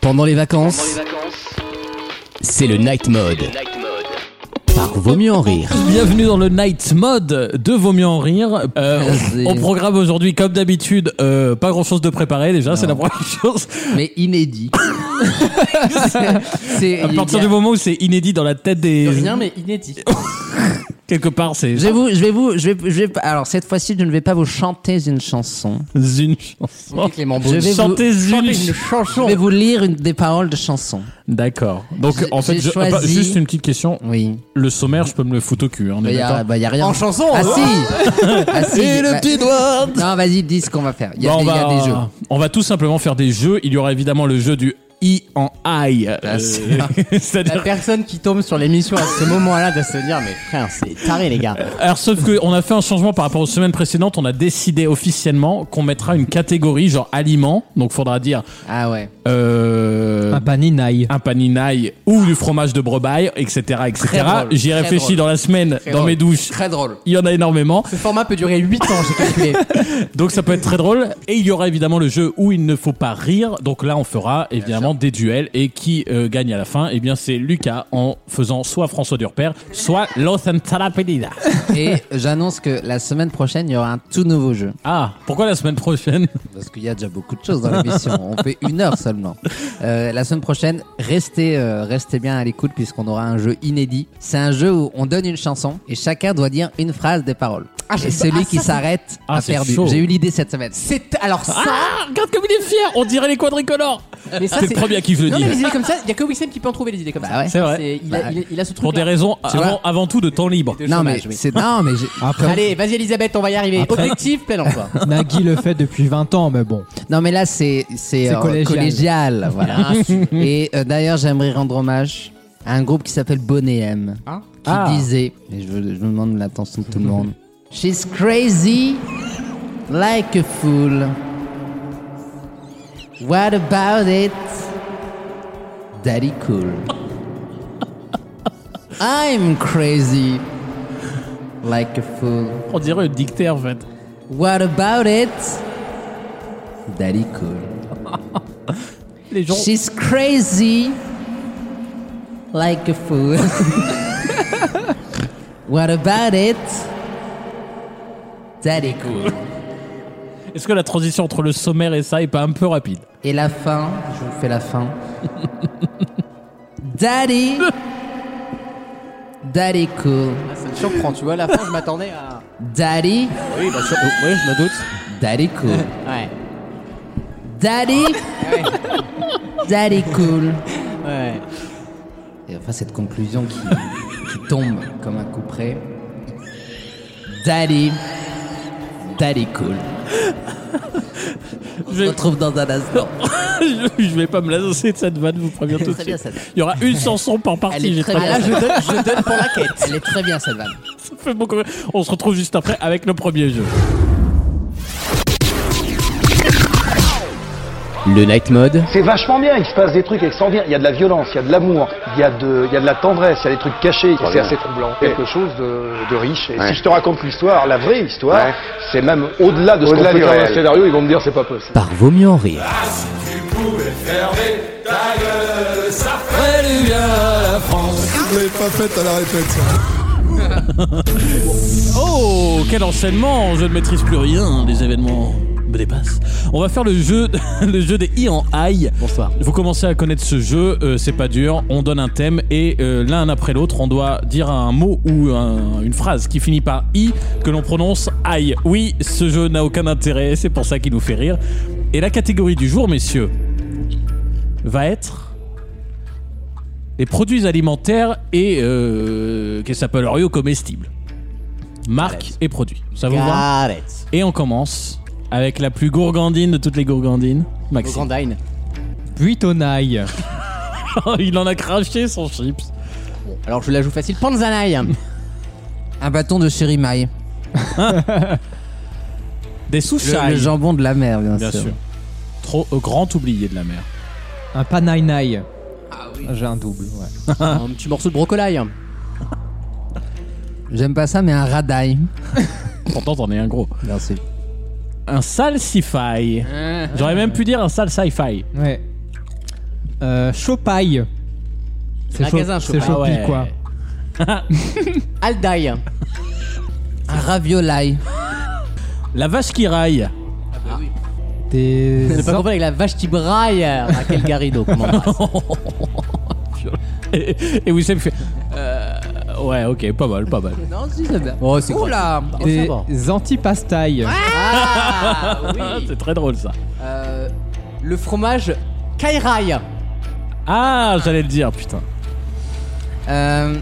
Pendant les vacances, c'est le night mode. Par vaut mieux en rire. Bienvenue dans le Night Mode de Vaut mieux en rire. Euh, C'est- on, on programme aujourd'hui, comme d'habitude, euh, pas grand chose de préparé déjà, c'est la première chose. mais inédit. c'est À il y partir a du moment où c'est inédit dans la tête des. rien mais inédit. Quelque part, c'est. Je vais vous, je vais vous, je vais, je vais- alors cette fois-ci, je ne vais pas vous chanter une chanson. Une chanson. Clément Beaune. Je vais Chantez vous- une Je vais vous lire une- des paroles de chansons. D'accord. Donc, J'ai- en fait, j'ai je- choisi- bah, juste une petite question. Oui. Le sommaire, je peux me le foutre au cul. hein, on est Il y, a- d'accord bah, y a rien. En chanson. Ah si. Ah, si. Bah, doigt Non, vas-y, dis ce qu'on va faire. Il y, a Bah, des- on, il y va, a des jeux. on va tout simplement faire des jeux. Il y aura évidemment le jeu du I en I. Euh, C'est-à-dire personne qui tombe sur l'émission à ce moment-là doit se dire mais frère c'est taré les gars. Alors, sauf qu'on a fait un changement par rapport aux semaines précédentes. On a décidé officiellement qu'on mettra une catégorie genre aliments. Donc, faudra dire Ah ouais. euh, Un paninaille. un paninaille ou du fromage de brebaille, etc. etc. drôle, J'y très réfléchis drôle. dans la semaine, Très dans drôle. mes douches. Très drôle. Il y en a énormément. Ce format peut durer 8 ans, j'ai calculé. Donc, ça peut être très drôle. Et il y aura évidemment le jeu où il ne faut pas rire. Donc, là, on fera évidemment des duels. Et qui euh, gagne à la fin Eh bien, c'est Lucas en faisant soit François Durper, soit Los Antalapelida. Et j'annonce que la semaine prochaine, il y aura un tout nouveau jeu. Ah, pourquoi la semaine prochaine Parce qu'il y a déjà beaucoup de choses dans l'émission. On fait une heure seulement. Euh, la semaine prochaine, restez, euh, restez bien à l'écoute puisqu'on aura un jeu inédit. C'est un jeu où on donne une chanson et chacun doit dire une phrase des paroles. et celui qui s'arrête Ah, a c'est perdu. chaud. J'ai eu l'idée cette semaine. C'est alors ça. Ah, regarde comme il est fier On dirait les quadricolores Mais ça, Ah, C'est le premier à qui je le Non, dis. mais les idées comme ça, il n'y a que Wissem qui peut en trouver les idées comme Bah ça. ouais. C'est vrai. C'est- Il, a, Bah il, a- il a ce truc. Pour des raisons Tu avant, avant tout de temps libre. Non mais c'est non mais j'ai- Allez, vas-y Elisabeth, on va y arriver. Objectif, plein emploi. Nagui le fait depuis 20 ans, mais bon. non mais là c'est c'est C'est euh, collégial, collégial. voilà. et euh, d'ailleurs j'aimerais rendre hommage à un groupe qui s'appelle Bonnet M. qui Ah. disait, et je, je demande l'attention de tout le monde, She's crazy like a fool. What about it? Daddy cool. I'm crazy like a fool. On dirait une dictée en fait. What about it? Daddy cool. Les gens. She's crazy like a fool. What about it? Daddy cool. Est-ce que la transition entre le sommaire et ça est pas un peu rapide Et la fin, je vous fais la fin. Daddy. Daddy cool. Ça me surprend, tu vois. La fin, je m'attendais à. Daddy. Oui, bah, sur... oui, je me doute. Daddy cool. Ouais. Daddy. Daddy cool. Ouais. Et enfin, cette conclusion qui, qui tombe comme un coup près. Daddy. Daddy cool. On se Je- retrouve dans un instant. Oh, je, je vais pas me lasser de cette vanne, je vous préviens tout de Très bien, suite. cette vanne. Il y aura une chanson par Elle partie. est j'ai très très bien. bien. je, donne, pour la quête. Elle est très bien cette vanne. Ça fait beaucoup rire. On se retrouve juste après avec le premier jeu. Le night mode, C'est vachement bien, il se passe des trucs extraordinaires. Il y a de la violence, il y a de l'amour, il y, a de- il y a de la tendresse, il y a des trucs cachés. C'est assez troublant. Quelque chose de, de riche. Et si je te raconte l'histoire, la vraie histoire, c'est même au-delà de ce qu'on peut faire dans le scénario, ils vont me dire c'est pas possible. par vaut mieux en rire. Oh, quel enchaînement Je ne maîtrise plus rien, les événements me dépassent. On va faire le jeu, le jeu des i en i. Bonsoir. Vous commencez à connaître ce jeu, euh, c'est pas dur, on donne un thème et euh, l'un après l'autre, on doit dire un mot ou un- une phrase qui finit par i que l'on prononce i. Oui, ce jeu n'a aucun intérêt, c'est pour ça qu'il nous fait rire. Et la catégorie du jour, messieurs, va être les produits alimentaires et euh, qui s'appelle Oreo comestibles. Marque et produits. Ça vous va Arrête. et on commence avec la plus gourgandine de toutes les gourgandines, Maxime. Grandine. Buitonaille. Il en a craché son chips. Alors, je vous la joue facile. Panzanaï. Un bâton de chérimaille. Des Le, souchailles. le jambon de la mer, bien, Bien sûr. Trop euh, grand oublié de la mer. Un panainaille. J'ai un double, ouais. Ah. un petit morceau de brocolaï. J'aime pas ça, mais un radaille. Pourtant, t'en es un gros. Merci. Ah. Un sale sci-fi. J'aurais même pu dire un sale sci-fi. Ouais. Euh, Chopaille. C'est Magasin Cho- c'est Chopaille. Chopi, Ah ouais. quoi. Aldaï. Un raviolaï. La vache qui raille. Des. Ne pas en- comprendre avec la vache qui braille. Raquel Garrido, comment on passe. Et, et Wissem fait. euh, ouais, ok, pas mal, pas mal. Non, si, c'est bien. Oh, c'est quoi Oula Des antipastailles. Ah, oui. c'est très drôle ça. Euh, le fromage Kairaï. Ah, j'allais le dire, putain. Euh,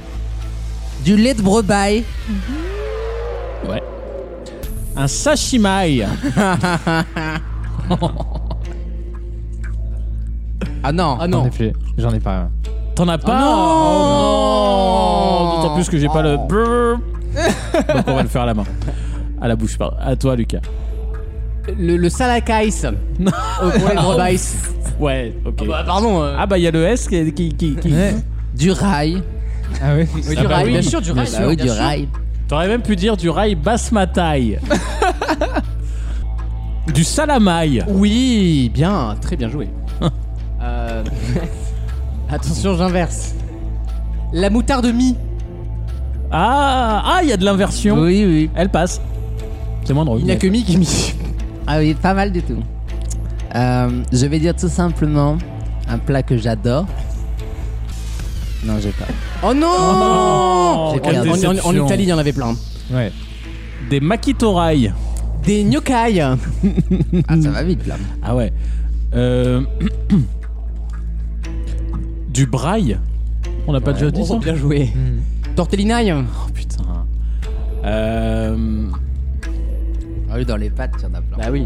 Du lait de brebaille. Ouais. Un sashimai. Ah non. Ah J'en ai non. plus- J'en ai pas. T'en as pas non. Oh non D'autant plus que j'ai pas le. brrr. Donc on va le faire à la main. À la bouche, pardon. À toi, Lucas. Le, le salakais. Au poulet de Robaïs. Ouais, ok. Bah, pardon. euh, Ah bah il y a le S qui. qui, qui, qui- Du rail. Ah oui. oui, ah du bah rail, oui. bien sûr, du rail. Bah oui, bien du sûr. rail. T'aurais même pu dire du rail basmataï. du salamaï. Oui, bien, très bien joué. Euh, Attention, j'inverse. La moutarde mi. Ah, ah, il y a de l'inversion. Oui, oui. Elle passe. C'est moins drôle. Il n'y a que mi qui est mi. Ah oui, pas mal du tout. Euh, je vais dire tout simplement un plat que j'adore. Non, j'ai pas. Oh non Oh, En- quelle en, en- en déception. Italie, il y en avait plein. Ouais. Des makitorai. Des gnoccailles. Ah, ça va vite là. Ah ouais. Euh, du braille. On n'a pas déjà dit Oh, ça bien joué. Mm. Tortellinaille. Oh, putain. Euh, Ah oui, dans les pattes, il y en a plein. Bah oui.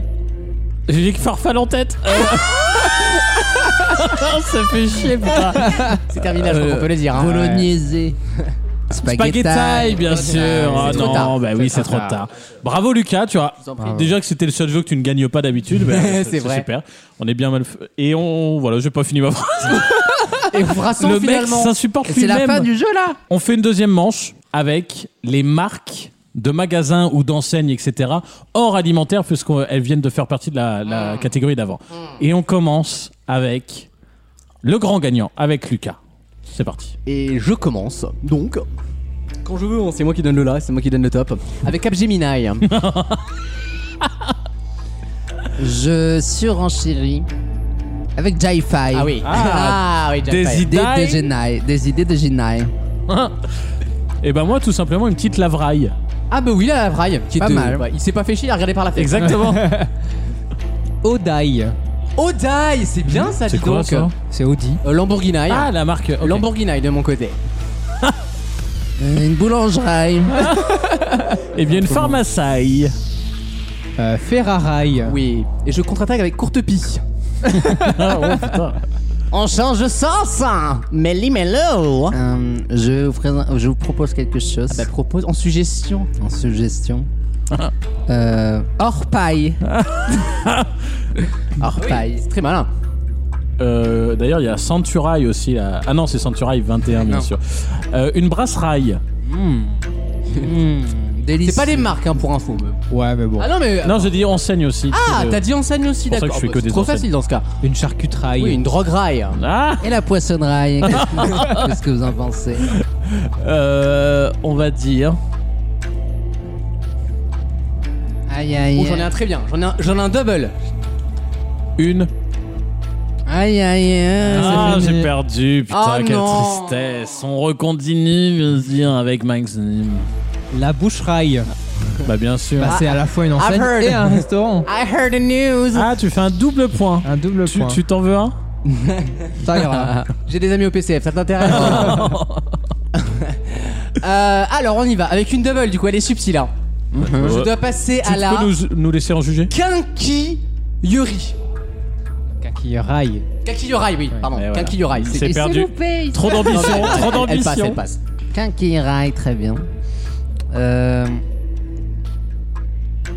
J'ai dit que Farfal en tête. Euh, ça fait chier, putain. C'est terminé, Euh, je crois qu'on peut les dire. hein. Bolognaise. Spaghetti, bien sûr. Ah c'est trop non, tard. bah oui, c'est trop tard. Bravo Lucas, tu vois. Déjà que c'était le seul jeu que tu ne gagnes pas d'habitude, bah, C'est c'est vrai. super. On est bien mal. f- Et on, voilà, j'ai pas fini ma phrase. Et Brasson, Le mec finalement. s'insupporte C'est la fin lui-même. du jeu là On fait une deuxième manche avec les marques de magasins ou d'enseignes, etc., hors alimentaire, puisqu'elles viennent de faire partie de la, Hmm. la catégorie d'avant. Et on commence avec le grand gagnant, avec Lucas. C'est parti. Et je commence. Donc, quand je veux, hein, c'est moi qui donne le là, c'est moi qui donne le top. Avec Capgemini. Je surenchéris avec Jai-Fi. ah oui. Ah, oui, Jack des Fire. idées. Des, Dai. des Genai, des idées de Genai. Et ben moi, tout simplement, une petite lavraille. Ah bah oui, la vraie, qui est Pas de- mal. ouais, il s'est pas fait chier à regarder par la fenêtre. Exactement. Odaï. Odai, Mmh. c'est bien ça, dis donc. C'est Audi. Euh, Lamborghini. Ah, la marque. ok. Lamborghini de mon côté. Euh, Une boulangerie. Eh bien, une pharmacie. Euh, Ferrarail. Oui. Et je contre-attaque avec courte pie. Ah, oh, putain. On change de sens hein. Melly Mello Euh, je, vous présente- je vous propose quelque chose Bah propose en suggestion. en suggestion. euh, orpaille. orpaille. C'est très malin. Euh, D'ailleurs, il y a Centuraille aussi. là. Ah non, c'est Centuraille 21, bien sûr. Euh, une brasseraille. Délicieux. C'est pas des marques hein, pour info. mais- Ouais, mais bon. Ah non mais. Non, j'ai dit enseigne aussi. Ah C'est de- t'as dit enseigne aussi pour ça que d'accord. Bah, je fais que c'est des trop enseignes. facile dans ce cas. Une charcuteraille. Oui une drogue rail. Ah Et la poissonnerie. Qu'est-ce que vous en pensez Euh, on va dire. Aïe aïe. Bon, Oh, j'en ai un très bien. J'en ai un, j'en ai un double. Une. Aïe aïe. aïe. Ah, j'ai perdu. Putain, Oh quelle non. tristesse. On recontinue, bien sûr, avec Max Nim. La boucheraille. Bah, bien sûr. Bah, c'est à la fois une I've enseigne heard. et un restaurant. I heard the news. Ah, tu fais un double point. Un double Tu- point. Tu t'en veux un Ça ira. J'ai des amis au PCF, ça t'intéresse hein Euh, Alors on y va avec une double du coup elle est subtile. hein. Je dois passer Euh, Tu à la peux nous, nous laisser en juger Kinki Yuri. Kakiraille. Kakiyorai, oui, pardon. Mais Eh, voilà. Kakiyorai, Il c'est s'est Il s'est perdu. loupé. Trop d'ambition, trop Elle passe, elle d'ambition. passe. Quinquiraille, très bien. Euh,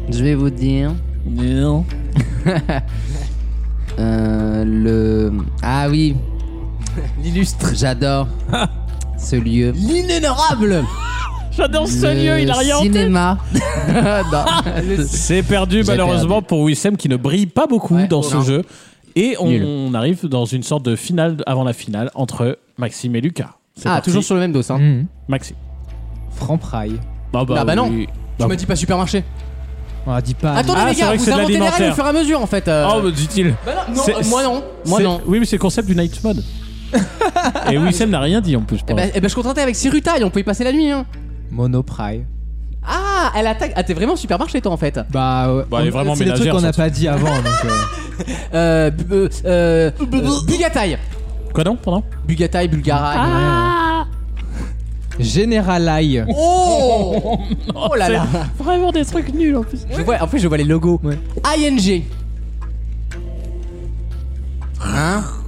je vais vous dire. Non. euh, le. Ah oui, L'illustre. j'adore ce lieu. L'inénorable J'adore ce Le lieu, il a rien en tête. Cinéma. Le- C'est perdu J'ai malheureusement pour Wissem qui ne brille pas beaucoup dans ce Non. jeu. Et on, on arrive dans une sorte de finale avant la finale entre Maxime et Lucas. C'est Ah, parti. Mm. toujours sur le même dos, hein. Mhm. Maxime. Franc Praille. Ah Ah bah non. oui. Tu Bah me dis pas supermarché. On a dit pas. Attendez Ah, les c'est gars, vrai que vous c'est de inventez les règles l'alimentaire. au fur et à mesure en fait. euh. Oh, bah, dit-il. Bah non, non, c'est- euh, moi non, moi C'est- non. Oui, mais c'est le concept du night mode. et Wissem n'a rien dit en plus. Eh pardon. ben, eh ben, je contentais avec Sirutaille, on peut y passer la nuit. Hein. Mono Praille. Ah, elle attaque. Ah, t'es vraiment supermarché toi en fait. Bah, ouais. Bah, elle est vraiment c'est des trucs ménagère, qu'on n'a surtout. pas dit avant. donc, euh, Euh, bu- euh, euh, euh, Bugataille. Quoi non Pardon Bugataille, Bulgara. Ah Général Aïe. Oh Oh là là Vraiment des trucs nuls en plus. je vois, En plus, je vois les logos. Ouais. ING.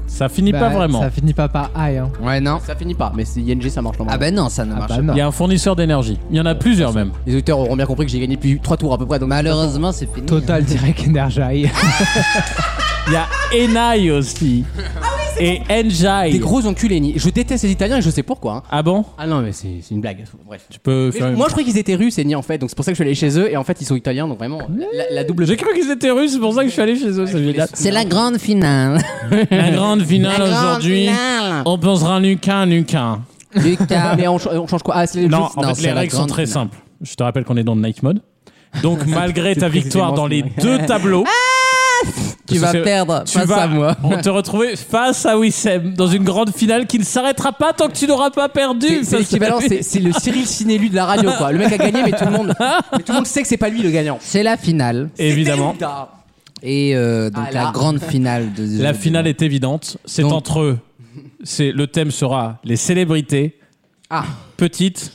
Ça finit Bah, pas vraiment. Ça finit pas par Aïe. Hein. Ouais, non. Ça finit pas, mais c'est ING, ça marche normalement. Ah bah non, ça ne Ah marche bah pas. non. Il y a un fournisseur d'énergie. Il y en a plusieurs même. Les auditeurs auront bien compris que j'ai gagné depuis 3 tours à peu près. Donc Malheureusement, c'est fini. Total Direct Energy Aïe. Il y a Enai aussi. et Enjai. Des gros enculés. ni- Je déteste les Italiens et je sais pourquoi. hein. Ah bon Ah non, mais c'est c'est une blague. Bref. Tu peux Mais faire une- moi je croyais qu'ils étaient russes et ni en fait, donc c'est pour ça que je suis allé chez eux et en fait ils sont italiens donc vraiment la, la double. J'ai cru qu'ils étaient russes, c'est pour ça que je suis allé chez eux, c'est génial. C'est la grande finale. La grande finale La grande aujourd'hui. finale. On pensera Nuka Nuka. Lucas. Mais on, ch- on change quoi Ah, c'est le Non, juste- en non, fait, c'est les la règles sont grande très finale. simples. Je te rappelle qu'on est dans le night mode. Donc, malgré ta victoire dans les précisément ce deux tableaux, Ah, tu vas C'est- perdre tu face vas à moi. on te retrouver face à Wissem dans une grande finale qui ne s'arrêtera pas tant que tu n'auras pas perdu. C'est- Ça, C'est l'équivalent, c'est c'est le Cyril Sinélu de la radio quoi. Le mec a gagné mais tout le monde, mais tout le monde sait que c'est pas lui le gagnant. C'est la finale. Évidemment. Déouda. Et euh, donc Ah là. la grande finale de La finale est évidente. C'est Donc- entre eux. C'est le thème sera les célébrités Ah. petites,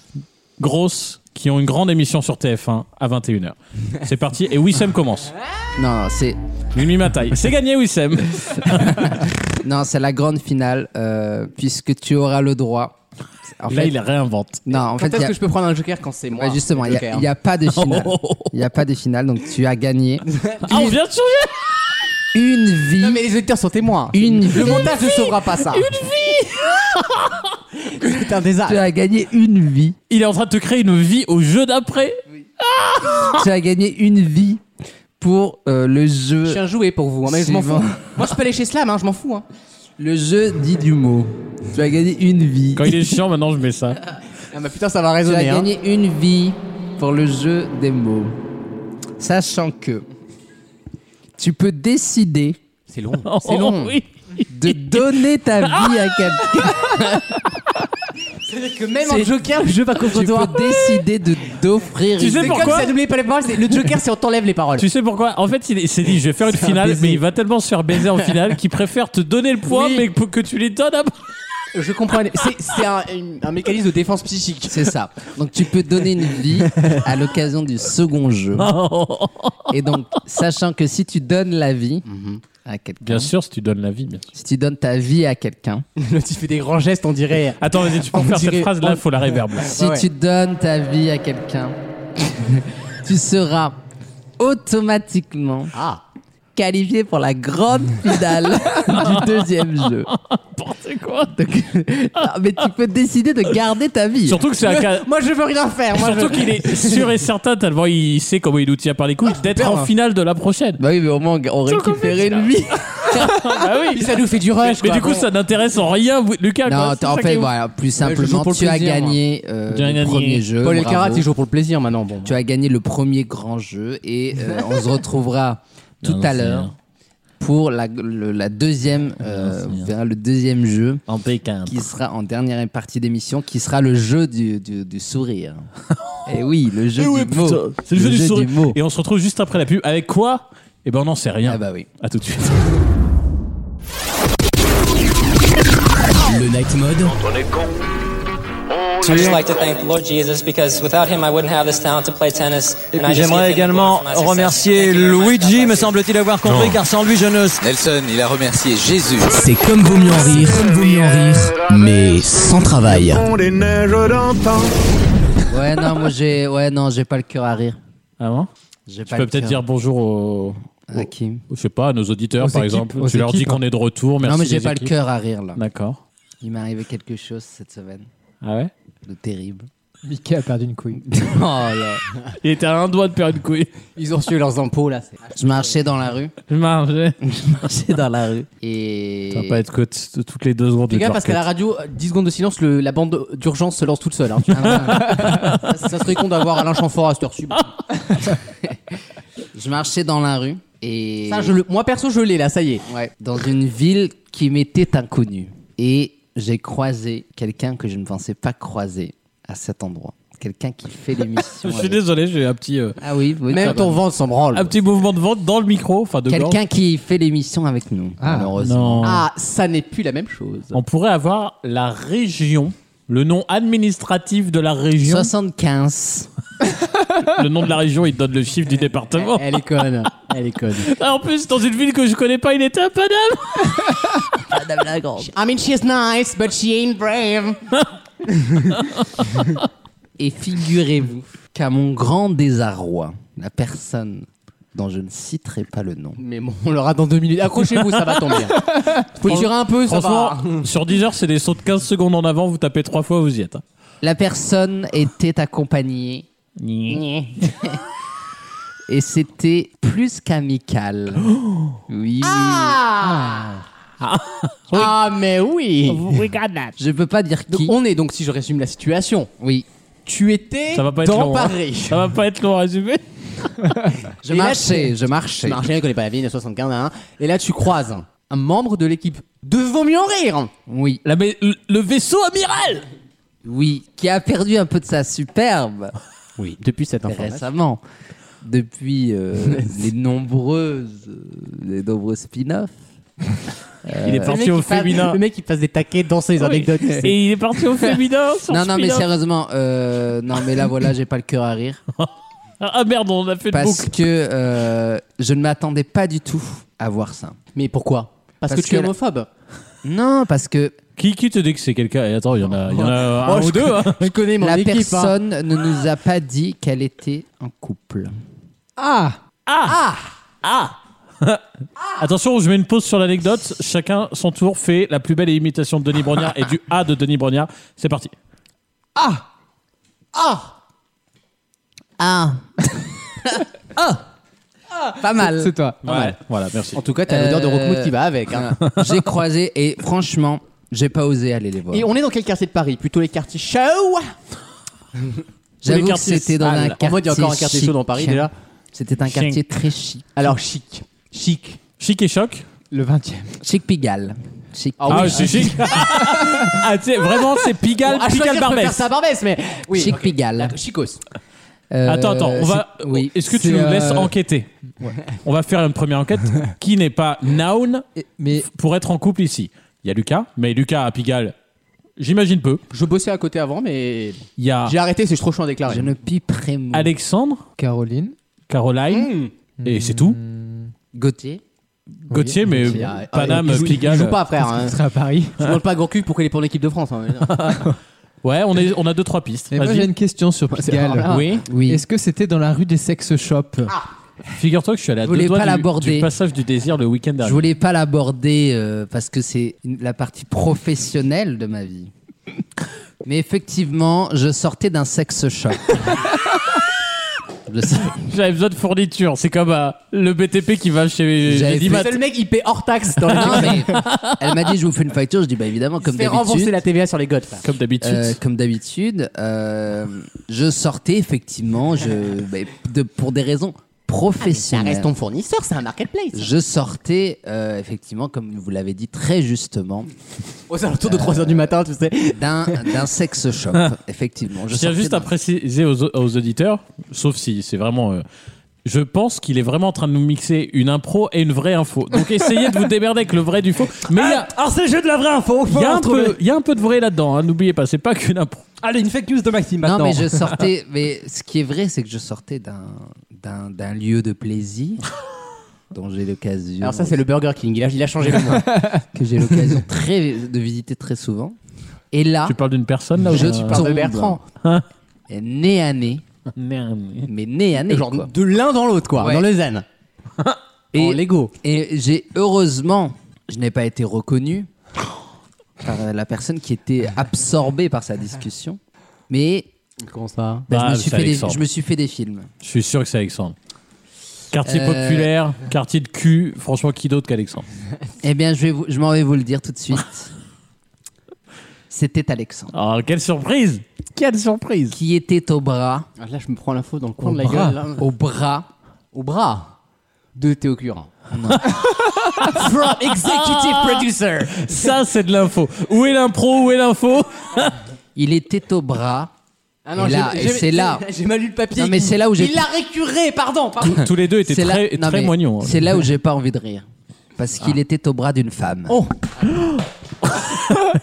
grosses, qui ont une grande émission sur TF1 à 21h. C'est parti. Et Wissem commence. Non, c'est Mimi Mataille. C'est gagné, Wissem. non, c'est la grande finale euh, puisque tu auras le droit. En Là, fait- il réinvente. non, en fait, Quand il y est-ce a- que je peux Oh. prendre un joker quand c'est moi Ouais, justement, le il n'y joker a, il y a pas de finale. Il n'y a pas de finale, donc tu as gagné Ah, on vient de changer une vie. hein. Non mais les auditeurs sont témoins. Une vie. Le montage ne sauvera pas ça. Une vie. C'est un Tu désastre. as gagné une vie. Il est en train de te créer une vie au jeu d'après. tu as gagné une vie pour euh, le Je jeu. suis un jouet pour vous, hein, mais je m'en fous. Suivant. Moi je peux aller chez Slam, hein, je m'en fous. Hein. Le jeu dit du mot. Tu as gagné une vie. Quand il est chiant, maintenant, je mets ça. Ah bah putain ça va Tu as résonner. hein. gagné une vie pour le jeu des mots. Sachant que tu peux décider C'est long. C'est long. Oui. de donner ta vie à quelqu'un. Que même en Joker le jeu va contre Tu toi. peux décider de d'offrir Tu une- sais C'est pourquoi comme ça n'oubliez pas les paroles. c'est- Le Joker c'est on t'enlève les paroles. Tu sais pourquoi En fait, il il s'est dit, je vais faire une C'est un finale, baiser. mais il va tellement se faire baiser en finale qu'il préfère te donner le point, Oui. mais que que tu les donnes après. Je comprends. C'est- C'est un, une- un mécanisme de défense psychique. C'est ça. Donc tu peux donner une vie à l'occasion du second jeu. Et donc, sachant que si tu donnes la vie Mm-hmm. à quelqu'un, Bien sûr, si tu donnes la vie, bien sûr. si tu donnes ta vie à quelqu'un, Le type fait des grands gestes, on dirait. Attends, vas-y, tu peux faire cette dirait- phrase là, faut la réverb. si Ouais. tu donnes ta vie à quelqu'un, tu seras automatiquement Ah. qualifié pour la grande finale du deuxième jeu. N'importe quoi. Ah, Mais tu peux décider de garder ta vie. Surtout que c'est un cas. Moi je veux rien faire. Moi Surtout qu'il est sûr et certain, tellement il sait comment il nous tient par les couilles, d'être en finale de la prochaine. Bah oui, mais au moins on récupérait une vie. Ah oui. ça nous fait du Mais, rush. mais quoi. du coup, Bon. ça n'intéresse en rien, vous- Lucas. Non, quoi. C'est en ça fait, qui est ouf. voilà, plus Ouais, je joue simplement, pour le tu as plaisir, gagné euh, J'ai gagné. le premier jeu. Paul bravo. Elkarat il joue pour le plaisir maintenant. Bon. Tu as gagné le premier grand jeu et euh, on se retrouvera tout à Bien l'heure hein. sûr. pour la, le, la deuxième, euh, hein. Bien sûr. vers le deuxième jeu En Pékin. qui sera en dernière partie d'émission, qui sera le jeu du, du- du sourire. et oui, le jeu du mot. Eh C'est le jeu, du sourire. mot. Et on se retrouve juste après la pub. Avec quoi Eh ben, on n'en sait rien. Ah bah oui. À tout de suite. Le night mode. I just like to thank the Lord Jesus because without him I wouldn't have this talent to play tennis. Et And I puis just j'aimerais give him the également glory for my success. remercier Thank you very much. Luigi, God me bless you. semble-t-il avoir compris, car sans lui je ne Nelson, il a remercié Jésus. C'est comme vaut mieux en rire, mais sans travail. Ouais, non, moi j'ai ouais, non, j'ai pas le cœur à rire. Ah bon J'ai Tu pas peux le peut-être cœur dire bonjour aux. à qui Je sais pas, à nos auditeurs Aux par équipes, exemple. aux Tu leur dis équipes, qu'on est de retour. Merci. Non, mais j'ai les pas le équipes. cœur à rire là. D'accord. Il m'est arrivé quelque chose cette semaine Ah ouais de terrible. Mickey a perdu une couille. Oh là. Il était à un doigt de perdre une couille. Ils ont reçu leurs impôts là. c'est- Je marchais dans la rue. Je marchais. Je marchais dans la rue. Ça va Et. pas être cut toutes les deux secondes. Fais les gaffe parce qu'à la radio, euh, 10 secondes de silence, le- la bande d'urgence se lance toute seule. hein. ça, ça serait con d'avoir Alain Chamfort à cette heure-ci. Je marchais dans la rue. Et. Ça, je le- Moi perso, je l'ai là, ça y est. Ouais. Dans une ville qui m'était inconnue. Et j'ai croisé quelqu'un que je ne pensais pas croiser à cet endroit. Quelqu'un qui fait l'émission. Je suis avec- désolé, j'ai un petit, euh, Ah oui, oui, Même pardon. Ah, ton ventre s'en branle. un petit mouvement de vente dans le micro. Enfin, de gorge. Quelqu'un qui fait l'émission avec nous, malheureusement. Non. Ah, ça n'est plus la même chose. On pourrait avoir la région, le nom administratif de la région. 75. le nom de la région, il donne le chiffre du département. Elle est conne. Elle est conne. Ah, en plus, dans une ville que je connais pas, il était un peu d'âme. Madame la Grande. I mean, she's nice, but she ain't brave. Et figurez-vous qu'à mon grand désarroi, la personne dont je ne citerai pas le nom. Mais bon, on l'aura dans deux minutes. Accrochez-vous, ça va tomber. hein. Faut tirer un peu, ça va. Franchement, sur 10 heures, c'est des sauts de 15 secondes en avant. Vous tapez trois fois, vous y êtes. hein. La personne était accompagnée et c'était plus qu'amical. Oui. Ah. Ah, mais oui. Je peux pas dire Donc, qui. on est donc, si je résume la situation, Oui. tu étais Ça va pas être dans long, hein. Paris. Ça va pas être long à résumer. Je Et là, marchais, tu- je marchais. Tu marchais, elle connaît pas la ville, 75, hein. et là tu croises un- un membre de l'équipe de Vaut mieux en rire. Oui. La- mais le- le vaisseau amiral Oui, qui a perdu un peu de sa superbe Oui, depuis cette récemment. Depuis euh, les nombreuses euh, les nombreux spin-offs. Il est parti au féminin. le mec qui passe des taquets dans ses Oui. anecdotes. tu sais. Et il est parti au féminin. sur Non non mais hein. Spin-off. sérieusement euh, non mais là voilà, j'ai pas le cœur à rire. Ah merde, on a fait le Parce boucle. que euh, je ne m'attendais pas du tout à voir ça. Mais pourquoi Parce, Parce que tu es que la- homophobe. Non, parce que Qui, qui te dit que c'est quelqu'un Et attends, il y en a, il y en a Oh, un je ou deux. co- hein. Je connais mon la équipe. hein. personne ne nous a pas dit qu'elle était en couple. Ah Attention, je mets une pause sur l'anecdote. Chacun, son tour, fait la plus belle imitation de Denis Brognard et du A de Denis Brognard. C'est parti. Ah Pas mal. C'est toi. Ouais, voilà, merci. En tout cas, t'as l'odeur de Euh, Rockmouth qui va avec. hein. J'ai croisé et franchement, j'ai pas osé aller les voir. Et on est dans quel quartier de Paris Plutôt les quartiers show ou les J'avoue que quartiers c'était dans un sales En quartier. mode, il y a encore un quartier chic. chaud dans Paris, déjà. C'était un Chic. quartier très chic. Alors chic. Chic. Chic et choc. Le 20 e Chic Pigalle. Chic. Ah oui, ah, c'est chic. ah, tu sais, vraiment, c'est Pigalle, Bon, à choisir, Pigalle je Barbès. préfère ça à Barbès, mais. Oui. chic ok. Pigalle. Chicos. Euh, Attends, attends, on va. c'est- Oui. Est-ce que tu C'est, nous laisses euh, enquêter On va faire une première enquête qui n'est pas noun Mais pour être en couple ici. Il y a Lucas, mais Lucas à Pigalle, j'imagine peu. Je bossais à côté avant, mais Il y a j'ai arrêté, c'est trop chiant à déclarer. Je ne piperai mot. Mm. Alexandre, Caroline. Caroline, Mm. et c'est tout. Gauthier. Gauthier, mais Gauthier, euh, Paname, Ah, il joue, Pigalle. il joue pas, frère. hein. serait à Paris. Je demande pas à Gourcuff pour qu'il est pour l'équipe de France. hein. Ouais, on, est, on a deux, trois pistes. Mais moi Vas-y. Ah, j'ai une question sur Pigalle. Oui, Ah, Oui. Est-ce que c'était dans la rue des sex shops figure-toi que je suis allé à Je deux voulais doigts pas du- l'aborder. du passage du désir le week-end Je dernier. voulais pas l'aborder euh, parce que c'est une- la partie professionnelle de ma vie. Mais effectivement, je sortais d'un sex shop. Je sais- J'avais besoin de fourniture. C'est comme euh, le BTP qui va chez J'avais chez Dimat. C'est le mec, il paie hors taxe dans Non, l'équipe. Ah, mais elle m'a dit je vous fais une facture, je dis bah évidemment Il se comme fait rembourser d'habitude. la TVA sur les gottes. frère. Comme d'habitude. Euh, comme d'habitude, euh, je sortais effectivement je, bah, de- pour des raisons Ah, Ça professionnelles. reste ton fournisseur, c'est un marketplace. Je sortais euh, effectivement, comme vous l'avez dit très justement, Aux alentours de 3h du matin, tu sais. d'un d'un sex shop. Ah. Effectivement, Je tiens sortais juste à d'un- préciser aux, aux auditeurs, sauf si c'est vraiment. euh, je pense qu'il est vraiment en train de nous mixer une impro et une vraie info. Donc essayez de vous démerder avec le vrai du faux. Mais il y a- Alors, c'est le jeu de la vraie info. il y, a un peu- il y a un peu de vrai là-dedans. hein. N'oubliez pas, c'est pas qu'une impro. Allez, une fake news de Maxime Non, maintenant. mais je sortais. Mais ce qui est vrai, c'est que je sortais d'un d'un d'un lieu de plaisir dont j'ai l'occasion. Alors, ça, c'est le Burger King. Il a, il a changé le nom. que j'ai l'occasion très de visiter très souvent. Et là, Tu parles d'une personne là je ou- tombe parles de Bertrand. Hein nez à nez, Merde. mais nez à nez. Genre quoi. de l'un dans l'autre, quoi. Ouais. Dans le zen. Et- en Lego. Et j'ai heureusement, je n'ai pas été reconnu par euh, la personne qui était absorbée par sa discussion. Mais Comment ça Bah, Ah, je, me suis c'est fait des, Alexandre. je me suis fait des films. Je suis sûr que c'est Alexandre. Quartier Euh, populaire, quartier de cul, franchement, qui d'autre qu'Alexandre Eh bien, je, vais vous- je m'en vais vous le dire tout de suite. C'était Alexandre, Ah, quelle surprise Quelle surprise qui était au bras, Ah, Là, je me prends l'info dans le coin au de la bras, gueule. là. au bras Au bras de Théo Curin. from executive producer. Ça, c'est de l'info. Où est l'impro Où est l'info Il était au bras. Ah Et j'ai- là, et j'ai- c'est là. J'ai mal lu le papier. Non, mais c'est là où j'ai- Il l'a récuré, pardon, pardon. Tous les deux étaient C'est là- très, non, très mais moignons. hein. Ah. C'est là où j'ai pas envie de rire. Parce qu'il était au bras d'une femme. Oh.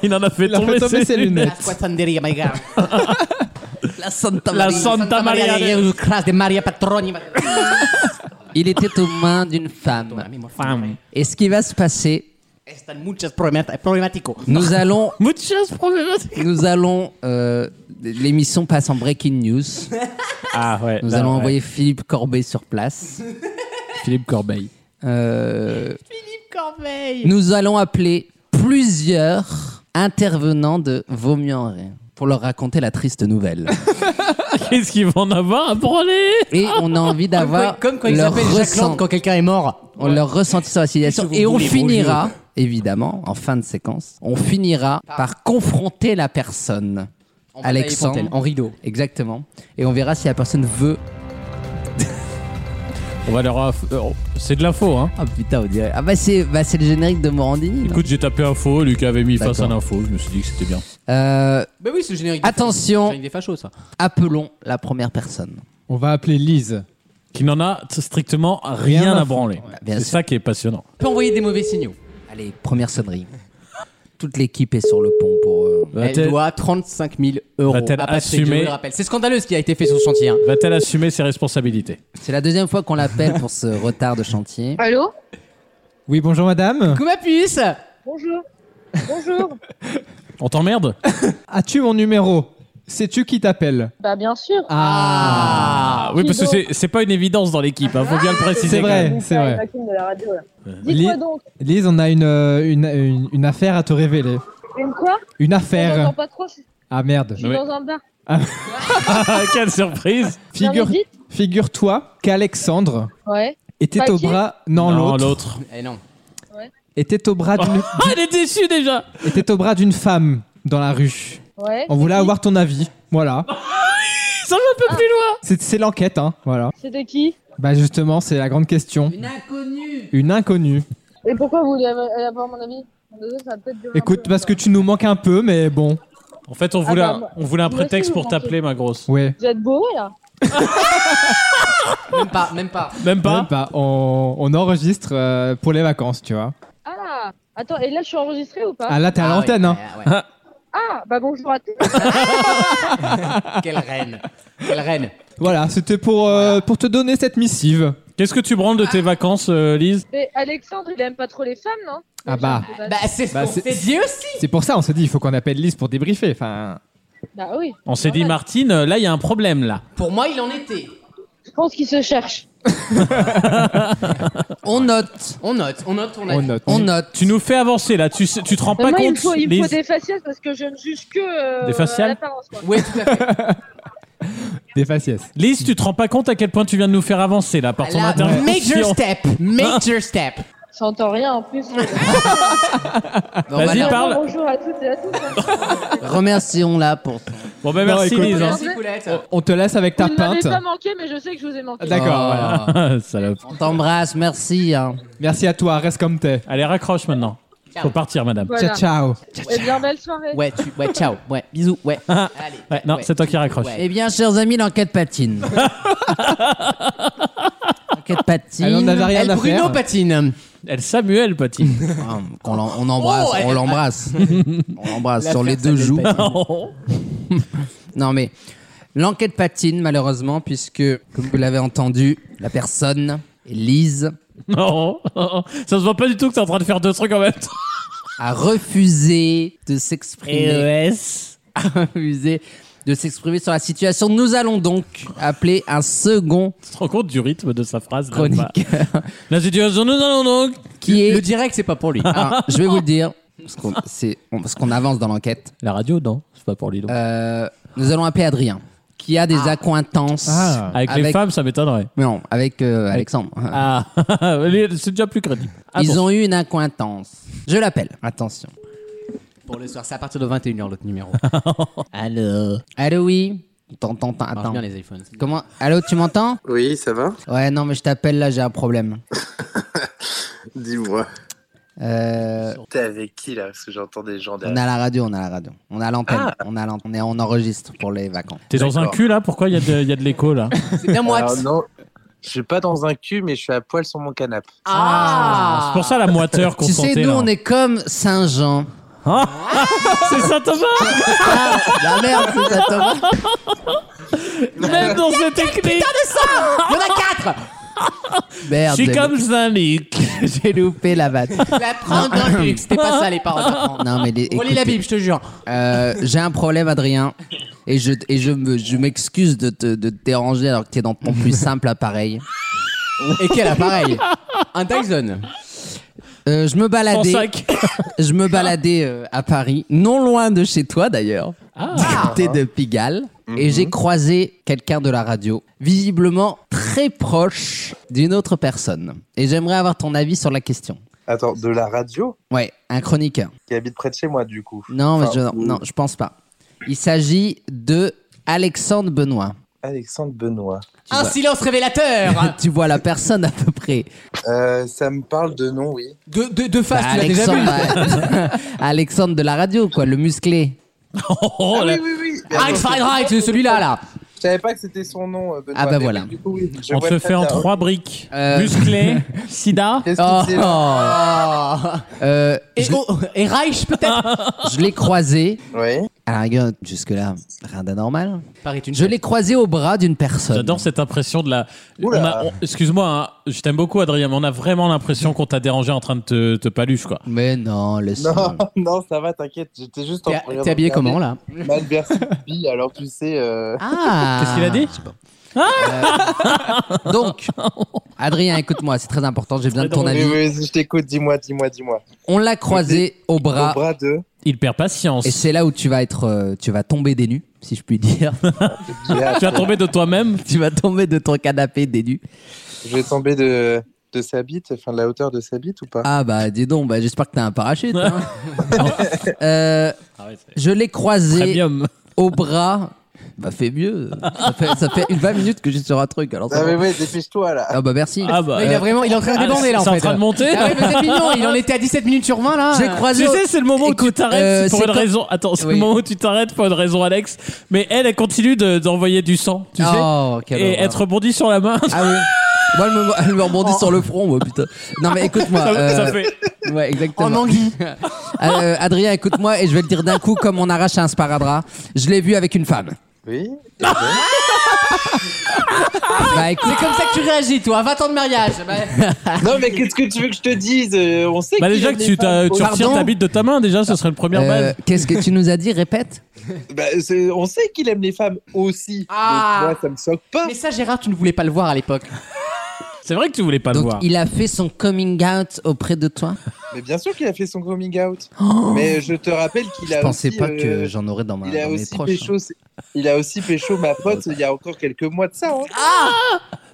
Il en a fait a tomber, fait tomber ses lunettes. La soixanderie, my God. la Santa La Santa, Maria. Maria de- Jesus Christ de Maria Patroni. Il était aux mains d'une femme. Et ce qui va se passer, Están muchas problemat- problemático. nous allons, Muchas problemas. nous allons, euh, l'émission passe en breaking news. Ah ouais. Nous là, allons ouais. envoyer Philippe Corbet sur place. Philippe Corbeil. Euh, Nous allons appeler plusieurs intervenants de Vaut mieux en rire pour leur raconter la triste nouvelle. Qu'est-ce qu'ils vont en avoir à branler Et on a envie d'avoir Comme quand il leur s'appelle Jacques Lang ressenti. quand quelqu'un est mort. On leur ressenti sur la situation. Qu'est-ce que Et vous on voulez, mon finira, évidemment, en fin de séquence, on finira par confronter la personne. Alexandre. En rideau. Exactement. Et on verra si la personne veut. On va leur. aff- euh, C'est de l'info, hein. Ah putain, on dirait. Ah bah c'est bah, c'est le générique de Morandini. non Écoute, j'ai tapé info, Lucas avait mis face à D'accord. l'info, je me suis dit que c'était bien. Euh, Bah oui, c'est le générique. des- Attention. le générique des fachos, ça. appelons la première personne. On va appeler Lise. Qui n'en a t- strictement rien, Rien à à branler. bien C'est sûr. ça qui est passionnant. On peut envoyer des mauvais signaux. Allez, première sonnerie. Toute l'équipe est sur le pont pour. euh, Elle Va-t-elle doit 35 000 euros. Va-t-elle à Patrick, assumer- je vous le rappelle. C'est scandaleux ce qui a été fait sur ce chantier. hein. va-t-elle assumer ses responsabilités C'est la deuxième fois qu'on l'appelle pour ce retard de chantier. Allô Oui, bonjour madame. Coucou ma puce Bonjour. Bonjour. On t'emmerde As-tu mon numéro Sais-tu qui t'appelle bah bien sûr. Ah Ah oui, parce que c'est- c'est pas une évidence dans l'équipe, hein, faut bien le préciser. C'est quand même. vrai, Mon c'est frère est vrai. Maxime de la radio. là. Dites-moi Li- donc, Lise, on a une, euh, une, une- une affaire à te révéler. une quoi Une Je affaire. n'entends pas trop, je Ah merde. suis Ouais. dans un bar. Ah, Quelle surprise Non, mais Figure, dites. figure-toi qu'Alexandre Ouais. était au Paquet bras, non, l'autre, l'autre. Eh non. était au bras d'une, Ah, elle est déçue déjà était au bras d'une femme dans la rue. Ouais. On voulait avoir ton avis. Voilà. Ça va un peu plus loin C'est, c'est l'enquête, hein. Voilà. C'était qui Bah justement, c'est la grande question. Une inconnue Une inconnue. Et pourquoi vous voulez avoir euh, avoir mon avis Désolé, ça va peut-être durer un Écoute, peu parce que longtemps. tu nous manques un peu, mais bon. En fait, on voulait, Ah bah, un, moi- on voulait un moi prétexte aussi, pour vous t'appeler, ma grosse. Ouais. Vous êtes bourré là Même pas, même pas. Même pas Même pas. bah, On, on enregistre euh, pour les vacances, tu vois. Ah Attends, et là je suis enregistré ou pas Ah Ah, là, t'es à Ah, l'antenne, ouais, hein. ouais, ouais. bah bonjour à tous. Quelle reine Quelle reine hein. Voilà, c'était pour, euh, pour te donner cette missive. Qu'est-ce que tu branles de tes vacances, euh, Lise Mais Alexandre, il aime pas trop les femmes, non Ah bah. Bah, Bah c'est Bah, ce qu'on c'est- s'est dit aussi C'est pour ça, on s'est dit, il faut qu'on appelle Lise pour débriefer. Enfin, bah oui. On s'est dit, Normal. Martine, euh, là, il y a un problème, là. Pour moi, il en était. Je pense qu'il se cherche. On note On note, on note, on on note. note. On note Tu nous fais avancer, là. Tu, sais- tu te rends Mais pas moi, il compte, me faut, il me faut Lise des faciès parce que je ne juge que euh, Des faciales à l'apparence. quoi. Ouais, tout à fait. Des faciès. Lise, tu te rends pas compte à quel point tu viens de nous faire avancer, là, par ton Là, intervention. major step, major step. J'entends rien en plus. Vas-y, voilà. parle. Bonjour à toutes et à tous. hein. Remercions-la pour Bon, ben, merci, écoute. Lise. hein. Merci, Coulette. On te laisse avec ta Vous ne m'avez pinte. pas manqué, mais je sais que je vous ai manqué. D'accord, Oh. voilà. hein. Salope. On t'embrasse, merci. hein. Merci à toi, reste comme t'es. Allez, raccroche maintenant. Faut partir, madame. Voilà. Ciao, ciao. Eh bien, belle soirée. Ouais, tu, ouais, ciao, ouais, bisous, ouais. Allez, Ouais, non, c'est toi qui raccroche. Ouais. Eh bien, chers amis, l'enquête patine. l'enquête patine. Elle en avait rien El à Bruno faire. patine. Elle Samuel Paty. Ah, qu'on l'en- on embrasse, Oh, elle- on l'embrasse. on l'embrasse sur les L'affaire deux joues. s'appelle Patine. Non, mais l'enquête patine, malheureusement, puisque, comme vous l'avez entendu, la personne, Lise, non, ça se voit pas du tout que t'es en train de faire deux trucs en même temps. a refusé de s'exprimer. refusé de s'exprimer sur la situation. Nous allons donc appeler un second Tu te rends compte du rythme de sa phrase là, ou pas chroniqueur La situation, nous allons donc. Bah, qui Le est. direct, c'est pas pour lui. Ah. Alors, je vais vous le dire, parce qu'on c'est- on- parce qu'on avance dans l'enquête. La radio, non, c'est pas pour lui. donc. Euh, nous allons appeler Adrien. qui a des accointances Ah. Avec les femmes, ça m'étonnerait. Non, avec euh, Alexandre. Ah, c'est déjà plus crédible. Ah Ils bon. ont eu une accointance. Je l'appelle. Attention. Pour le soir, c'est à partir de 21h l'autre numéro. Allô. Allô, oui. T'entends, t'entends, Marche attends. bien les iPhones. Comment Allô, tu m'entends Oui, ça va Ouais, non, mais je t'appelle là, j'ai un problème. Dis-moi. Euh, T'es avec qui là Parce que j'entends des gens on derrière. a la radio, on a la radio. On a Ah. l'antenne. On, a l'antenne. On est- on enregistre pour les vacances. T'es dans un cul là Pourquoi il y a de, il y a de l'écho là C'est bien moi. Alors, Ah, non, je suis pas dans un cul, mais je suis à poil sur mon canapé. Ah, C'est pour ça la moiteur qu'on Tu sais, sentait nous, là. on est comme Saint-Jean. C'est Saint Thomas Ah, la merde, c'est Saint-Thomas. Même dans cette Il technique y en a quatre Je Merde. suis comme Saint-Luc J'ai loupé la vanne. La prendre d'un luxe, c'était pas ça les paroles. Non, mais les- Relis Ah. la écoutez, Bible, je te jure. euh, j'ai un problème, Adrien. Et je, et je, me- je m'excuse de te, de te déranger alors que t'es dans ton plus simple appareil. Et quel appareil Un Dyson. Euh, je me en baladais. sac. Je me baladais euh, à Paris, non loin de chez toi d'ailleurs, Ah. du côté de Pigalle, et j'ai croisé quelqu'un de la radio, visiblement très proche d'une autre personne. Et j'aimerais avoir ton avis sur la question. Attends, de la radio Ouais, un chroniqueur. qui habite près de chez moi du coup. Non, mais Enfin, je, non, je pense pas. Il s'agit de Alexandre Benoît. Alexandre Benoît. Un silence révélateur. tu vois la personne à peu près. Euh, ça me parle de nom, oui. De, de, de face, Bah, tu l'as déjà vu. Alexandre, Alexandre de la radio, quoi, le musclé. Oh, Ah la- oui, oui, oui. Mais Alex attends, Feinreit, c'est celui-là, là. Je savais pas que c'était son nom, euh, Benoît. Ah bah Mais voilà. Du coup, oui, je On vois se très fait en bien. trois briques. Euh. Musclé, sida. Qu'est-ce Oh. que c'est là Euh, Et, oh, et Reich, peut-être je l'ai croisé. Oui. À la rigueur, jusque-là, rien d'anormal. Paris, tu Je l'ai croisé au bras d'une personne. J'adore cette impression de la. Oula. On a- on- Excuse-moi, hein, je t'aime beaucoup, Adrien, mais on a vraiment l'impression qu'on t'a dérangé en train de te, te paluche, quoi. Mais non, laisse Non, non, ça va, t'inquiète. J'étais juste en T'es train de t'es habillé regarder comment, là Malversant Bee, alors tu sais. euh, Ah Qu'est-ce qu'il a dit Euh, Donc, Adrien, écoute-moi, c'est très important, j'ai besoin de ton drôle. Oui, avis. oui, vas-y, je t'écoute, dis-moi, dis-moi, dis-moi. On l'a croisé au bras, Au bras de. Il perd patience. et c'est là où tu vas être, euh, tu vas tomber des nues, si je puis dire. Tu vas tomber de toi-même. tu vas tomber de ton canapé des nues. Je vais tomber de, de sa bite, enfin de la hauteur de sa bite ou pas Ah bah, dis donc, bah, j'espère que t'as un parachute. hein. Euh, je l'ai croisé Premium. au bras. Bah, fais mieux. Ça fait, ça fait une 20 minutes que je suis sur un truc. Alors, ça Ah va. mais ouais, dépêche-toi là. Ah bah, merci. Ah bah. Là, il, a vraiment, il est en train de Ah, débander, là, en c'est fait. en train de monter. Ah ouais, mais c'est mignon, il en était à 17 minutes sur 20, là. J'ai Tu croisé. sais, c'est le moment où tu Écoute, t'arrêtes euh, pour c'est une quand- raison. Attends, c'est le Oui. moment où tu t'arrêtes pour une raison, Alex. Mais elle, elle continue de- d'envoyer du sang, tu Oh, sais. quelle Et horreur. être rebondie sur la main, ça, Ah oui. Moi, elle me, elle me Oh. rebondit sur le front, moi, putain. Non, mais écoute-moi. ça euh, fait. Ouais, exactement. En anguille. Euh, Adrien, écoute-moi et je vais le dire d'un coup comme on arrache un sparadrap. Je l'ai vu avec une femme. Oui Bah, écoute, C'est comme ça que tu réagis, toi, à 20 ans de mariage. Bah, Non mais qu'est-ce que tu veux que je te dise Euh, On sait Bah, qu'il déjà aime que les tu, femmes, t'as- faut- tu retires Pardon ta bite de ta main, déjà, ce serait le premier euh, base. qu'est-ce que tu nous as dit Répète. Bah, c'est- on sait qu'il aime les femmes aussi. Ah. Donc, moi, ça me choque pas. Mais ça, Gérard, tu ne voulais pas le voir à l'époque. C'est vrai que tu voulais pas le Donc, voir. il a fait son coming out auprès de toi. Mais bien sûr qu'il a fait son coming out. Oh. mais je te rappelle qu'il a Je pensais aussi, pas euh, que j'en aurais dans, ma, il a dans mes aussi proches. hein. pécho. Il a aussi pécho ma pote il y a encore quelques mois de ça. Hein. Ah.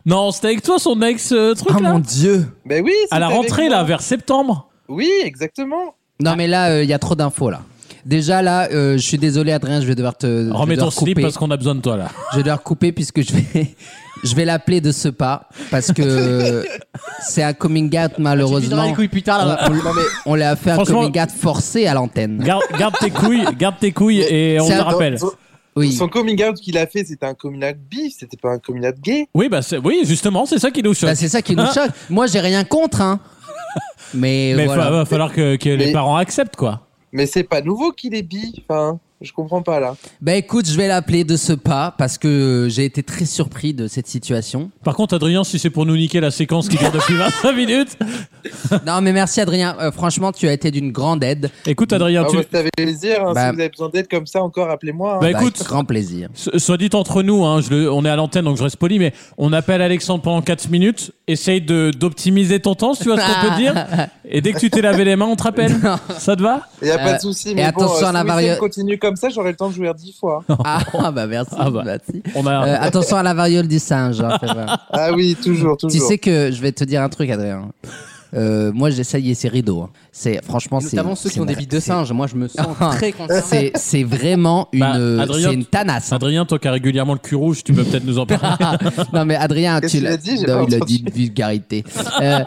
Non, c'était avec toi, son ex euh, truc Oh là. mon dieu. Mais oui. À la c'était avec rentrée, moi. là, vers septembre. Oui, exactement. Non, mais là, euh, il y a trop d'infos là. Déjà là, euh, je suis désolé Adrien, je vais devoir te je vais Remets ton devoir slip couper. parce qu'on a besoin de toi, là. Je vais devoir couper puisque je vais, je vais l'appeler de ce pas parce que c'est un coming out Tu lui donneras malheureusement. les couilles plus tard, là. On, on- on l'a fait un Franchement- coming out forcé à l'antenne. Garde, garde tes couilles, garde tes couilles et on C'est te un- rappelle. Son- Oui. Bah, Son coming out qu'il a fait, c'était un coming out bi, c'était pas un coming out gay. Oui, bah, c'est- oui, justement, c'est ça qui nous choque. Bah, c'est ça qui nous choque. Moi, j'ai rien contre, hein. Mais, Mais voilà. fa- va falloir que, que les Mais- parents acceptent, quoi. Mais c'est pas nouveau qu'il est bi. Enfin, je comprends pas là. Bah écoute, je vais l'appeler de ce pas parce que euh, j'ai été très surpris de cette situation. Par contre, Adrien, si c'est pour nous niquer la séquence qui dure depuis 25 minutes, non, mais merci Adrien. Euh, franchement, tu as été d'une grande aide. écoute, Adrien, Ah, tu- bah, ça fait plaisir. hein. Bah- Si vous avez besoin d'aide comme ça, encore appelez-moi. hein. Bah, écoute. avec grand plaisir. so- soit dit entre nous, hein, je le- on est à l'antenne donc je reste poli, mais on appelle Alexandre pendant 4 minutes, essaye de- d'optimiser ton temps, si tu vois ce qu'on peut Ah. dire, et dès que tu t'es lavé les mains, on te rappelle. Ça te va Il n'y a pas Euh, de souci. et mais bon, attention euh, à la si le vario- week-end continue comme ça, j'aurais le temps de jouer 10 fois. hein. Ah bah merci. Ah bah. merci. On a- Euh, attention à la variole du singe. hein, fais voir. Ah oui, toujours, Tu toujours. sais que je vais te dire un truc, Adrien. Euh, moi, j'essaye ces rideaux. hein. C'est franchement, c'est Notamment ceux qui c'est ont des ma- bites de singe. hein. Moi, je me sens très concerné. C'est c'est vraiment une, euh, Bah, Adrien, c'est une tanasse. hein. Adrien, toi qui as régulièrement le cul rouge, tu peux peut-être nous en parler. non mais Adrien, Qu'est-ce tu qu'il l'as a dit J'ai non, pas il a entendu. dit une vulgarité. Euh,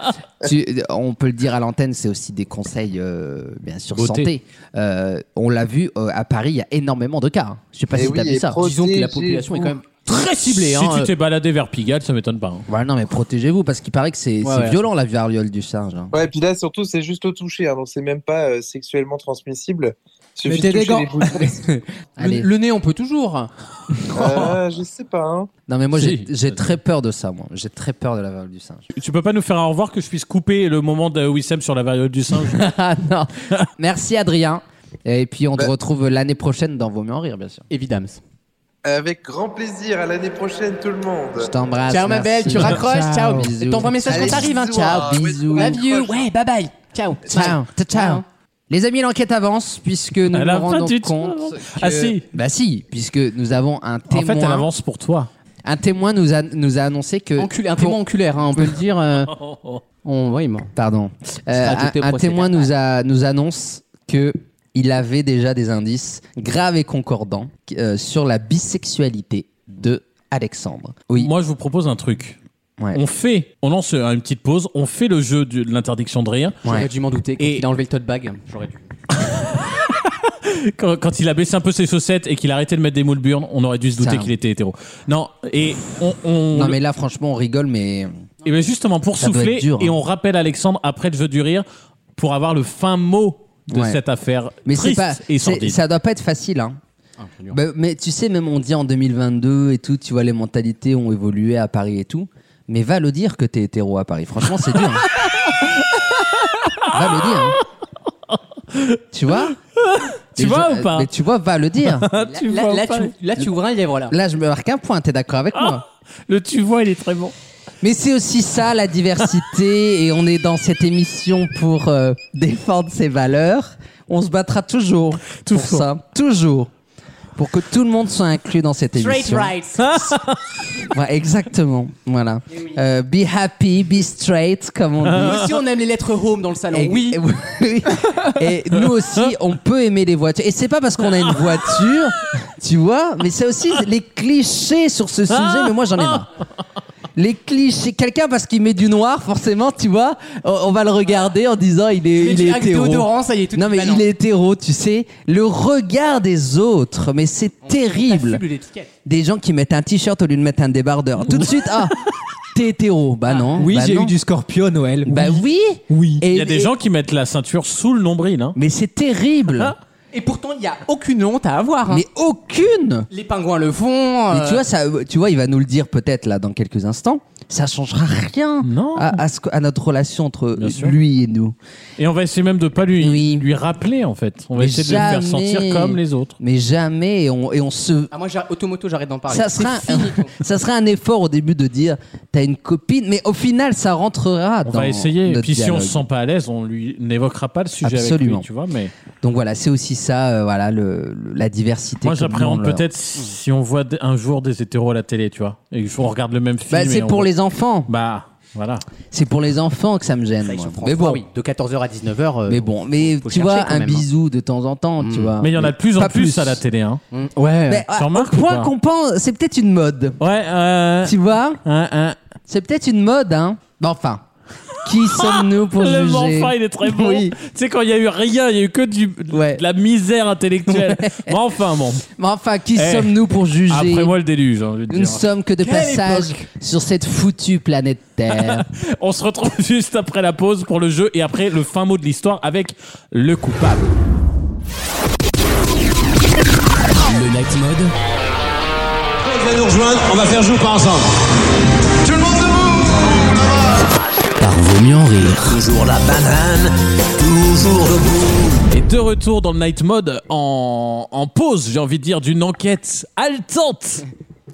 tu- on peut le dire à l'antenne, c'est aussi des conseils euh, bien sûr Beauté. santé. Euh, on l'a vu euh, à Paris, il y a énormément de cas. hein. Je sais pas Eh si t'as oui, vu et ça. protéger Disons que la population est quand même très ciblée. si hein, tu euh, t'es baladé vers Pigalle, ça m'étonne pas. hein. Ouais, non mais protégez-vous parce qu'il paraît que c'est Ouais, c'est ouais. violent la variole du singe. hein. Ouais, et puis là, surtout, c'est juste au toucher, hein, donc c'est même pas euh, sexuellement transmissible. Suffit Mettez de des toucher gants. les boutons. Allez. le, le nez, on peut toujours. Euh, je sais pas. Hein. Non mais moi Si. j'ai- j'ai très peur de ça moi. J'ai très peur de la variole du singe. Tu peux pas nous faire un au revoir que je puisse couper le moment de Wissem sur la variole du singe ah non. Merci Adrien. Et puis on te Bah. retrouve l'année prochaine dans Vos mieux en rire bien sûr. Évidemment. Avec grand plaisir, à l'année prochaine, tout le Je monde. t'embrasse. ciao, ma belle, merci. tu raccroches. Ciao. Bisous. T'envoies un message Allez, quand t'arrives. Hein. bisous, Ciao. hein. Bisous. Love you. Ouais, bye bye. Ciao. Ciao. Ciao. ciao. Les amis, l'enquête avance puisque nous Elle nous avance rendons du tout. compte. Ah, que- si. Bah si, puisque nous avons un En témoin. fait, elle avance pour toi. Un témoin nous a nous a annoncé que. Enculé, un témoin enculaire, hein, on peut le dire. euh, on, ouais, il ment. Pardon. Euh, sera un, ajouté au un procès témoin nous a nous annonce que il avait déjà des indices graves et concordants euh, sur la bisexualité de Alexandre. Oui. Moi, je vous propose un truc. Ouais. On fait, on lance euh, une petite pause, on fait le jeu du- de l'interdiction de rire. J'aurais Ouais. dû m'en douter. Quand Et- il a enlevé le tote bag, j'aurais dû. Quand, quand il a baissé un peu ses chaussettes et qu'il a arrêté de mettre des moules burnes, on aurait dû se douter Ça. qu'il était hétéro. Non, et on. on- Non mais là franchement on rigole mais Et bien justement, pour Ça doit souffler, être dur, hein. et on rappelle Alexandre après le jeu du rire pour avoir le fin mot de Ouais. cette affaire mais c'est triste pas et c'est- sordide. Ah, ça doit pas être facile hein. Bah, mais tu sais même on dit en 2022 et tout tu vois les mentalités ont évolué à Paris et tout mais va le dire que t'es hétéro à Paris franchement c'est dur. hein. va le dire. hein. Tu vois Tu Les vois gens- ou pas Mais tu vois va le dire. Là, Tu là- vois là, pas tu, là, tu ouvres un livre, là. Là je me marque un point t'es d'accord avec moi Le tu vois, il est très bon. Mais c'est aussi ça la diversité et on est dans cette émission pour euh, défendre ses valeurs. On se battra toujours pour Toujours. ça, toujours pour que tout le monde soit inclus dans cette Straight émission. rights. Ouais, exactement, voilà. Euh, be happy, be straight, comme on dit. Nous aussi, on aime les lettres home dans le salon. Et- oui. et- oui. Et nous aussi, on peut aimer les voitures. Et c'est pas parce qu'on a une voiture, tu vois, mais c'est aussi les clichés sur ce sujet, mais moi j'en ai marre. Les clichés. Quelqu'un, parce qu'il met du noir, forcément, tu vois, on, on va le regarder en disant il est, Mais il tu- est avec hétéro. déodorant, ça y est, tout non, mais il est hétéro, tu sais. Le regard des autres, mais c'est terrible. Des gens qui mettent un t-shirt au lieu de mettre un débardeur. Tout de suite, ah, t'es hétéro. Bah non. Oui, bah j'ai non. eu du scorpion, Noël. Bah oui. Oui. Et- Il y a des et- gens qui mettent la ceinture sous le nombril. Hein. mais c'est Ah. terrible. Et pourtant, il n'y a aucune honte à Ah. avoir. hein. Hein Mais aucune. Les pingouins le font. Mais euh, tu vois, ça, tu vois, il va nous le dire peut-être là dans quelques instants. Ça changera rien Non. à, à ce que- à notre relation entre Mm. Bien sûr. lui et nous. Et on va essayer même de pas lui, Oui. lui rappeler en fait. On va Mais essayer de le faire jamais. sentir comme les autres. Mais jamais, et on, et on se. Ah, moi, j'ai- automoto, j'arrête d'en Ah, parler. Ça C'est sera, fini. ça sera un effort au début de dire t'as une copine, mais au final ça rentrera On dans va essayer. notre Puis si on dialogue. se sent pas à l'aise, on lui n'évoquera pas le sujet avec Absolument. lui, tu vois. Mais Donc voilà, c'est aussi ça, euh, voilà le, le- la diversité. moi, comme j'appréhende nous, on le- peut-être si on voit d- un jour des hétéros à la télé, tu vois, et qu'on regarde le même film. Bah, et c'est on pour voit- les Ah, enfants, Bah voilà. c'est pour les enfants que ça me gêne. Ça, ils moi. sont francs. Mais bon, Ah Oui, de 14h à 19h. euh, mais bon, mais faut tu chercher vois quand un même, hein. bisou de temps en temps, tu Mm. vois. mais il y en a de plus en pas plus, plus. à la télé. Hein. mm, Ouais. Mais, Tu ah, remarques au ou point pas qu'on pense, c'est peut-être une mode. Ouais. Euh, Tu vois hein, hein. C'est peut-être une mode, hein Mais Enfin, qui sommes-nous pour le juger enfin, il est très bon. Oui. Tu sais, quand il y a eu rien, il y a eu que du, Ouais. de la misère intellectuelle. Mais enfin, bon. Mais enfin, qui Eh, sommes-nous pour juger Après moi, le déluge. j'ai envie de Nous ne dire. sommes que de Quelle passage sur cette foutue planète Terre. On se retrouve juste après la pause pour le jeu et après le fin mot de l'histoire avec le coupable. Le Night Mode, va nous rejoindre, on va faire jouer pas ensemble. par Vaut mieux en rire. Toujours la banane, toujours debout. Et de retour dans le Night Mode en, en pause, j'ai envie de dire, d'une enquête haletante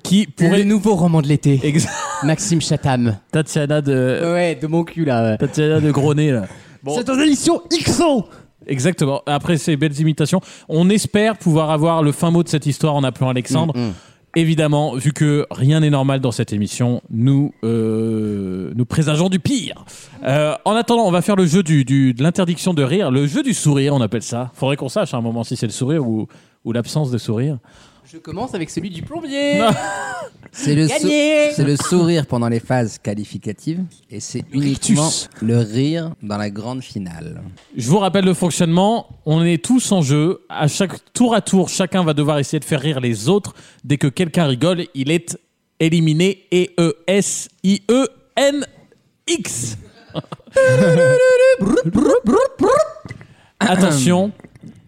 qui Le pourrait... nouveau roman de l'été. Ex- Maxime Chatham. Tatiana de... Ouais, de mon cul, là. Tatiana de Gros Nez, là. C'est dans l'émission XO Exactement. Après ces belles imitations, on espère pouvoir avoir le fin mot de cette histoire en appelant Alexandre. Mm, mm. Évidemment, vu que rien n'est normal dans cette émission, nous euh, nous présageons du pire. Euh, en attendant, on va faire le jeu du, du- de l'interdiction de rire, le jeu du sourire, on appelle ça. Faudrait qu'on sache à un moment si c'est le sourire ou, ou l'absence de sourire. Je commence avec celui du plombier. C'est le, sou- Gagné c'est le sourire pendant les phases qualificatives et c'est uniquement le rire dans la grande finale. Je vous rappelle le fonctionnement. On est tous en jeu. À chaque tour à tour, chacun va devoir essayer de faire rire les autres. Dès que quelqu'un rigole, il est éliminé. E E S I E N X. Attention.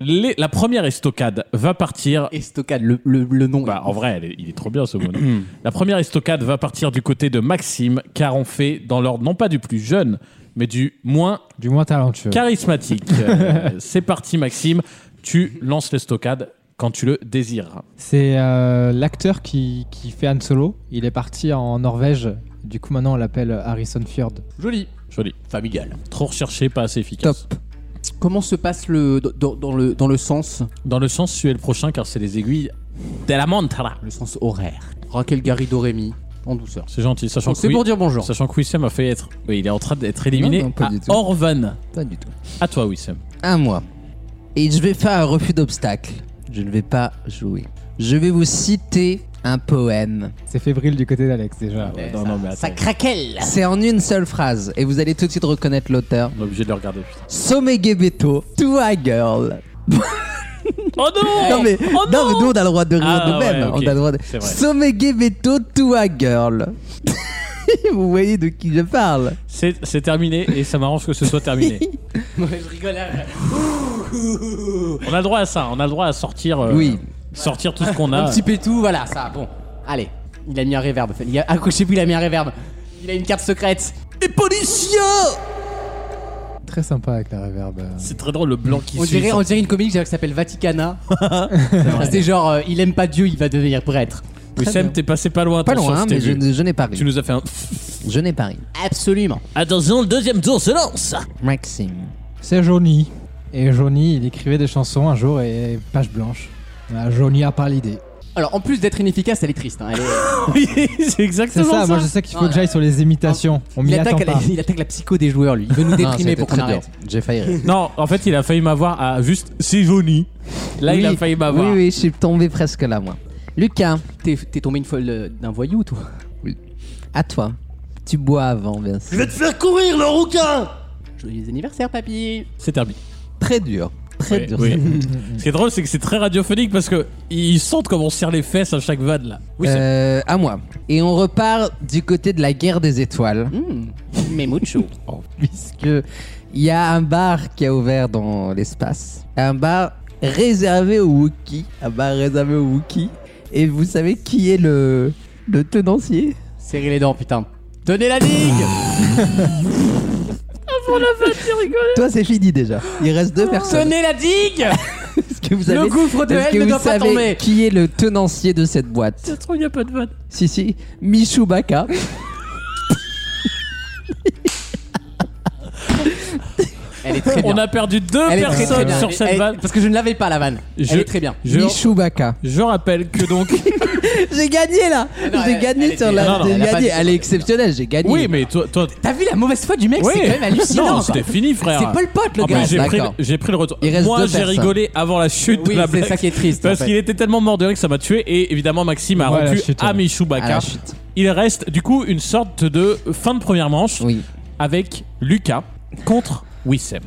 les- la première estocade va partir. Estocade, le, nom. Bah, en vrai, elle est- il est trop bien ce mot. non la première estocade va partir du côté de Maxime, car on fait dans l'ordre non pas du plus jeune, mais du moins Du moins talentueux. Charismatique. Euh, c'est parti, Maxime. Tu lances les stockades quand tu le désires. C'est euh, l'acteur qui, qui fait Han Solo. Il est parti en Norvège. Du coup, maintenant, on l'appelle Harrison Fjord. Joli. Joli. Familial. Trop recherché, pas assez efficace. Top. Comment se passe le dans, dans le dans le sens Dans le sens, tu es le prochain car c'est les aiguilles de la montre. Le sens horaire. Raquel Garrido Rémy en douceur. C'est gentil. Oh, Sachant C'est que pour Wi- dire bonjour. Sachant que Wissem a fait être. Oui, il est en train d'être éliminé Non, non, pas à du tout. Orvan. Pas du tout. À toi, Wissem. Un mois. Et je vais faire un refus d'obstacle. Je ne vais pas jouer. Je vais vous citer un poème. C'est fébrile du côté d'Alex déjà. non, non, Ah, mais attends. craquelle C'est en une seule phrase et vous allez tout de suite reconnaître l'auteur. On est obligé de le regarder. putain. Sommet Gebeto, to a girl. Oh non Non mais, Oh non, mais nous on a le droit de rire Ah, nous-mêmes. ouais, ok. On a le droit de. C'est vrai. Sommet Gebeto, to a girl. vous voyez de qui je parle. C'est c'est terminé et ça m'arrange que ce soit terminé. je rigole. hein. on a le droit à ça. On a le droit à sortir. euh, Oui. Sortir tout ce qu'on Un a. petit pétou, voilà, ça. Bon, Ah allez. Il a mis un reverb. Il a ah, accrochez-vous, il a mis un reverb. Il a une carte secrète. Et policiers Très sympa avec la reverb. C'est très drôle le blanc qui on suit. dirait, on dirait une comédie qui s'appelle Vaticana. C'est genre, euh, il aime pas Dieu, il va devenir prêtre. Wissem, t'es passé pas loin. Pas attention, loin, je t'ai mais je, vu. je n'ai pas ri. Tu nous as fait un. Je n'ai pas ri. Absolument. Attention, le deuxième tour se lance Maxime. C'est Johnny. Et Johnny, il écrivait des chansons un jour et page blanche. Ah, Johnny a pas l'idée. Alors, en plus d'être inefficace, elle est triste. hein, elle est- Oui, c'est C'est exactement ça, ça, moi je sais qu'il faut Non, que j'aille sur les imitations. Ah, On m'y il, attend attaque la, pas. il attaque la psycho des joueurs, lui. Il veut nous déprimer c'était pour qu'on très dur. arrête. J'ai failli rire. Non, en fait, il a failli m'avoir à juste c'est Johnny. Là, il Oui, a failli Oui, m'avoir. oui, je suis tombé presque là, moi. Lucas, T'es t'es tombé une folle euh, d'un voyou, toi à toi. Tu bois avant, bien sûr. te faire courir, le rouquin Joyeux anniversaire, papy C'est terminé. Très dur. Très Oui, dur. oui. Ce qui est drôle, c'est que c'est très radiophonique parce que ils sentent comme on serre les fesses à chaque vanne là. Oui, c'est- Euh, à moi. Et on repart du côté de la guerre des étoiles. Mmh, mais mucho. Puisque il y a un bar qui a ouvert dans l'espace. Un bar réservé aux Wookiees. Un bar réservé aux Wookiees. Et vous savez qui est le, le tenancier Serrez les dents, putain. Tenez la ligne Toi, c'est fini déjà. Il reste deux personnes. Tenez la digue Est-ce que vous Le savez- gouffre de est-ce hell que ne vous doit pas savez tomber. Qui est le tenancier de cette boîte trop, il n'y a pas de vanne. Si, si, Michou Baka. Elle est très bien. On a perdu deux Elle est très, très personnes bien. sur Elle- cette elle- vanne. Parce que je ne l'avais pas la vanne. Je- Elle est très bien. Je, Michou Baka. je rappelle que donc. J'ai gagné là Non, J'ai elle- gagné elle sur était- la. non, non, j'ai elle a pas gagné. dit- Elle est exceptionnelle, j'ai gagné. Oui, mais toi, toi. T'as vu la mauvaise foi du mec C'est Ouais. quand même hallucinant. Non, quoi. c'était fini, frère. C'est Paul Pot, le Ah, gars. mais j'ai pris, D'accord. j'ai pris le retour. Il reste Moi, deux j'ai personnes. rigolé avant la chute Oui, de la c'est blague. ça qui est triste, en Parce fait. qu'il était tellement mort de rire que ça m'a tué. Et évidemment, Maxime a Ouais, la rompu chute, à ouais. Michou Baka. À la chute. Il reste du coup une sorte de fin de première manche Oui, avec Lucas contre Wissem.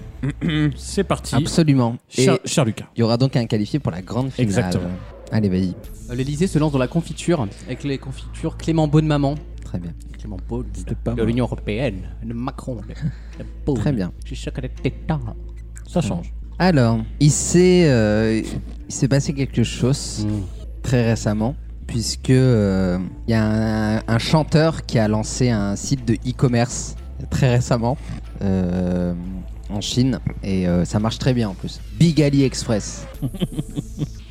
C'est parti. absolument. Et Cher, cher Lucas. il y aura donc un qualifié pour la grande finale. Exactement. Allez, vas-y. Euh, L'Elysée se lance dans la confiture avec les confitures Clément Bonne-Maman. Très bien. Clément Beaune pas de mal. l'Union Européenne, de Macron, de, de Beaune. Très bien. Je suis chocolat d'État. Ça change. Alors, il s'est euh, il s'est passé quelque chose Mm. très récemment puisque euh, il y a un, un chanteur qui a lancé un site de e-commerce très récemment euh, en Chine et euh, ça marche très bien en plus. Big Ali Express.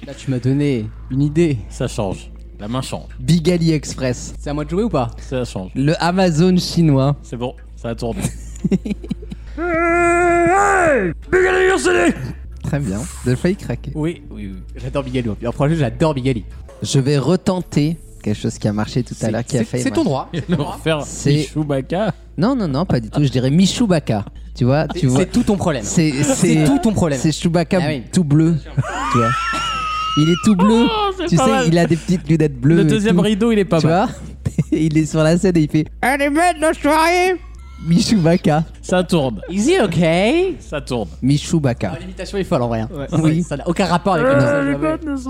Là, tu m'as donné une idée. Ça change. La main change. Big Ali Express. C'est à moi de jouer ou pas Ça change. Le Amazon chinois. C'est bon. Ça a tourné. Très bien. J'ai failli craquer. Oui, oui, oui. J'adore Bigali. En projet, j'adore Bigali. Je vais retenter quelque chose qui a marché tout à l'heure, qui a c'est- failli. c'est ton droit. marcher. Il va nous refaire C'est- Chewbacca. Non, non, non, pas du tout. Je dirais Michoubaka. Tu vois, tu C'est- vois. c'est tout ton problème. C'est, C'est tout ton problème. C'est Chewbacca Ah oui. tout bleu. tu vois. Il est tout bleu. Oh, c'est tu pas sais, mal. il a des petites lunettes bleues. Le et deuxième tout. rideau, il est pas tu mal. vois il est sur la scène et il fait Allez, mecs, nos soirées Michoubaka. Ça tourne. Easy, ok. Ça tourne. Michoubaka. L'imitation est folle en vrai. hein. Oui. Ça n'a aucun rapport avec le personnage.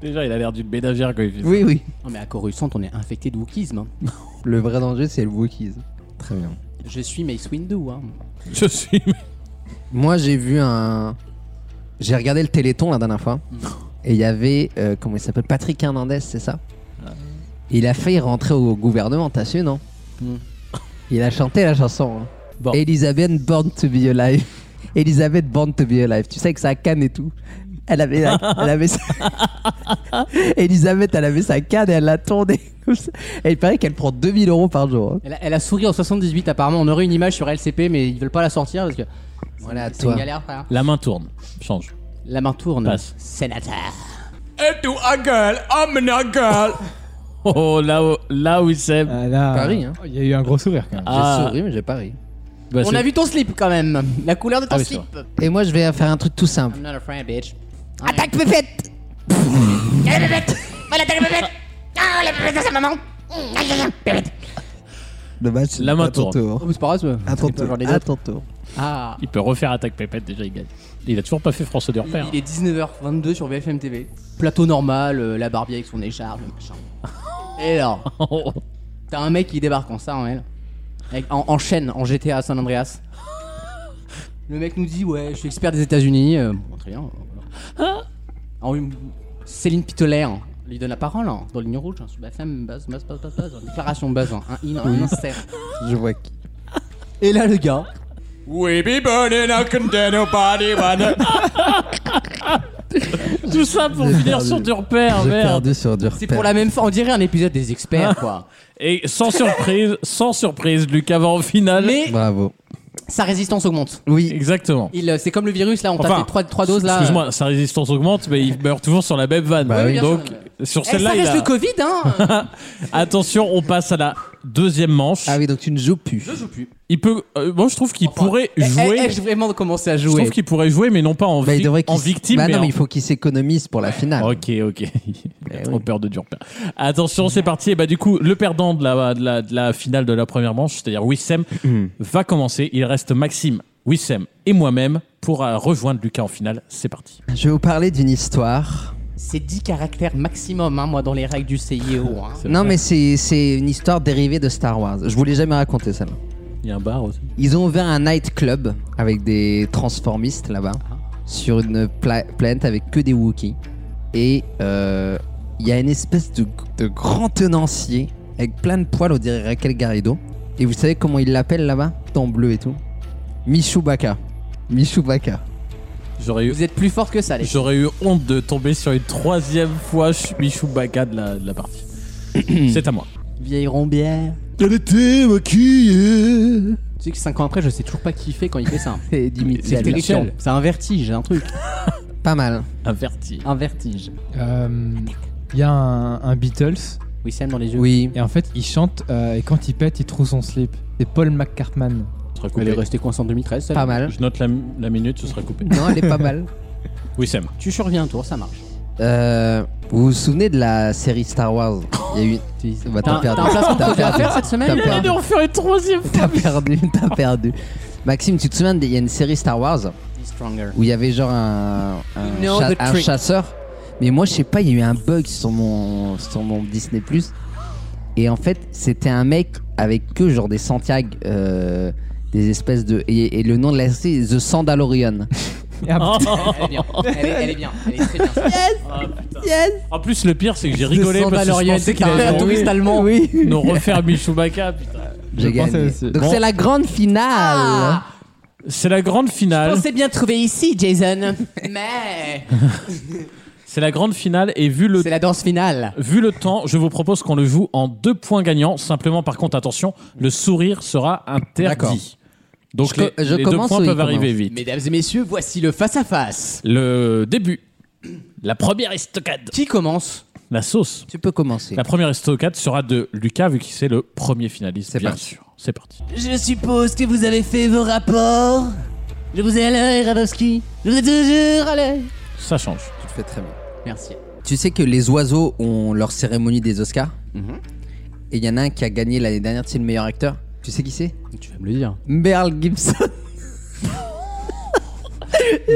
Déjà, il a l'air d'une ménagère quand il fait ça. Oui, oui. Non, mais à Coruscant, on est infecté de wokisme. hein. Le vrai danger, c'est le wokisme. Très bien. Je suis Mace Windu. Hein. Je suis. Moi, j'ai vu un. J'ai regardé le Téléthon la dernière fois. Et il y avait. euh, comment il s'appelle Patrick Hernandez, c'est ça Il a failli rentrer au gouvernement, t'as su, non Mm. Il a chanté la chanson. hein. Hmm. Bon. Elizabeth Born to be Alive. Elizabeth Born to be Alive. Tu sais que sa canne et tout. Elle avait, la- elle avait sa... Elisabeth, elle avait sa canne et elle l'a tournée comme ça. Et il paraît qu'elle prend 2000 euros par jour. hein. Elle, a, elle a souri en 78 apparemment. On aurait une image sur LCP, mais ils veulent pas la sortir parce que Voilà, c'est une toi. galère, frère. La main tourne. Change. La main tourne. Passe. Sénateur. Oh, là où, là où il s'aime. Ah, là, Paris, hein. Il y a eu un gros sourire quand même. J'ai Ah. souri, mais j'ai pas ri. Bah, On c'est- a vu ton slip quand même. La couleur de ton Ah oui, c'est slip. Et moi, je vais faire un truc tout simple. I'm not afraid, bitch. Ah, Attaque pépette Quelle pépette On attaque la pépette Ah, la pépette de sa maman Hum, aïe, aïe, aïe, Pépette Dommage, c'est La main pas hein. ton tourne. tour. Oh, mais c'est pas grave. À ton c'est pas le genre tour. des À autres. ton tour. Ah. Il peut refaire attaque pépette, déjà, il gagne. Il a toujours pas fait François hein. Il, Durper. il est 19h22 sur BFM TV. Plateau normal, euh, la Barbie avec son écharpe, le machin. Et alors Oh. T'as un mec qui débarque en ça, en elle. Avec- en, en chaîne, en GTA San Andreas. Le mec nous dit Ouais, je suis expert des États-Unis. Euh, bon, très bien. voilà. En une- Céline Pitolet hein, lui donne la parole hein, dans ligne rouge. hein, sous la femme, buzz, buzz, buzz, buzz, buzz, déclaration buzz, hein, un in, un insert. Je vois qui. Et là, le gars. We be burning, I can tell nobody but- Tout ça pour finir sur Durper, J'ai Ah, merde. perdu sur dur. C'est pour la même fois, on dirait un épisode des experts, quoi. Et sans surprise, sans surprise, Lucas va en finale. Mais Bravo. sa résistance augmente. Oui. Exactement. Il, euh, c'est comme le virus, là, on t'a Enfin, fait 3, doses, là. Excuse-moi, sa résistance augmente, mais il meurt toujours sur la même vanne. Bah oui. Donc, sur Eh, ça celle-là, il reste a- le Covid, hein attention, on passe à la deuxième manche. Ah oui, donc tu ne joues plus. Je joue plus. Il peut, euh, moi, je trouve qu'il pourrait Eh, eh, jouer. eh, j'ai vraiment commencé à je jouer. trouve qu'il pourrait jouer, mais non pas en, Bah, il vi- devrait en qu'il s- victime. Bah mais non, mais en- il faut qu'il s'économise pour la finale. Ok, ok. Il a Eh trop oui. peur de Durper. Attention, c'est parti. Et bah, du coup, le perdant de la, de la, de la finale de la première manche, c'est-à-dire Wissem, Mhm. va commencer. Il reste Maxime, Wissem et moi-même pour euh, rejoindre Lucas en finale. C'est parti. Je vais vous parler d'une histoire. C'est 10 caractères maximum, hein, moi, dans les règles du CIO. Hein. Non, mais c'est c'est une histoire dérivée de Star Wars. Je vous l'ai jamais raconté celle-là. Il y a un bar aussi. Ils ont ouvert un nightclub avec des transformistes là-bas Ah. sur une pla- planète avec que des Wookiees. Et euh, il y a une espèce de, de grand tenancier avec plein de poils, on dirait Raquel Garrido. Et vous savez comment ils l'appellent là-bas Tout en bleu et tout. Michoubaka. Michoubaka. J'aurais eu, Vous êtes plus fort que ça, les j'aurais eu honte de tomber sur une troisième fois Michou Baka de la, de la partie. c'est à moi. vieilles rombières. Quel était Tu sais que 5 ans après, je sais toujours pas qui fait quand il fait ça. Et Dimitri. C'est C'est terrifiant. Michel. C'est un vertige, un truc. Pas mal. Averti. Un vertige. Euh, Il y a un, un Beatles Oui, Sam dans les yeux. Oui. et en fait il chante euh, et quand il pète il trouve son slip. C'est Paul McCartman. Ce sera Elle est coupé. restée coincée en 2013, celle-là. Pas mal. Je note la, la minute, ce sera coupé. Non, elle est pas mal. Wissem. Tu surviens un tour, ça marche. Euh, vous vous souvenez de la série Star Wars Il y a eu. Bah, T'as t'as un- t'as perdu. un placement de T'as produit à perdu. faire cette semaine T'as perdu. refaire une troisième T'as perdu. T'as perdu. Maxime, tu te souviens Il y a une série Star Wars Be stronger. où il y avait genre un, un You know the un trick. chasseur. Mais moi, je sais pas, il y a eu un bug sur mon, sur mon Disney. Et en fait, c'était un mec avec que genre des Santiago, euh, des espèces de. Et, et le nom de la série, The Sandalorian. Et après, Elle est bien. Elle est, elle est bien. Elle est très bien. celle-là. En plus, le pire, c'est que j'ai Le rigolé parce que je Sandalorian, pensais qu'il t'as un allait touriste allemand. Ah, oui. nous refaire Michou Baka, putain. Je J'ai pensais gagné. aussi. Donc Bon. c'est la grande finale. Ah. C'est la grande finale. Pensez bien trouver ici, Jason. Mais C'est la grande finale et vu le c'est la danse finale. vu le temps, je vous propose qu'on le joue en deux points gagnants. Simplement, par contre, attention, le sourire sera D'accord. interdit. Donc les, les deux points ou il peuvent arriver commence vite. Mesdames et messieurs, voici le face-à-face. Le début. La première estocade. Qui commence La sauce. Tu peux commencer. La première estocade sera de Lucas, vu qu'il c'est le premier finaliste. C'est bien parti. sûr. C'est parti. Je suppose que vous avez fait vos rapports. Je vous ai à l'œil, Radowski. Je vous ai toujours à l'œil. Ça change. Tu le fais très bien. Merci. Tu sais que les oiseaux ont leur cérémonie des Oscars Mhm. Et il y en a un qui a gagné l'année dernière, c'est le meilleur acteur. Tu sais qui c'est Tu vas me le dire. Merle Gibson.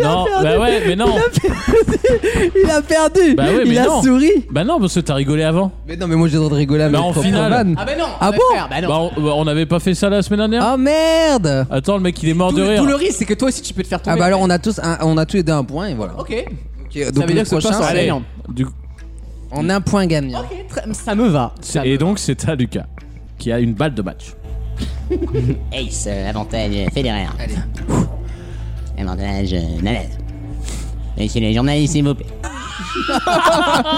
non, bah ouais, mais non. Il a perdu. Bah ouais, mais il a non. souri. Bah non, parce que t'as rigolé avant. Mais non, mais moi j'ai le droit de rigoler avec Bah en propre finale. vanne. Ah bah non Ah bon Bah non Bah, on, bah, on avait pas fait ça la semaine dernière Oh merde Attends, le mec il est mort Ah. tout, de le- rire. tout le risque, c'est que toi aussi tu peux te faire tomber. Ah bah alors on a tous un- on a tous les deux un point et voilà. Ok. Ok, donc veut le dire que ce prochain, soir, ça c'est- va Allez, Gagnant. du- en un point gagnant. Oh, Ok, très- ça me va. c'est- et donc c'est à Lucas qui a une balle de match. Ace, euh, avantage Federer. Allez. Avantage euh, Nadal. Et chez les journalistes, s'il vous plaît. Euh,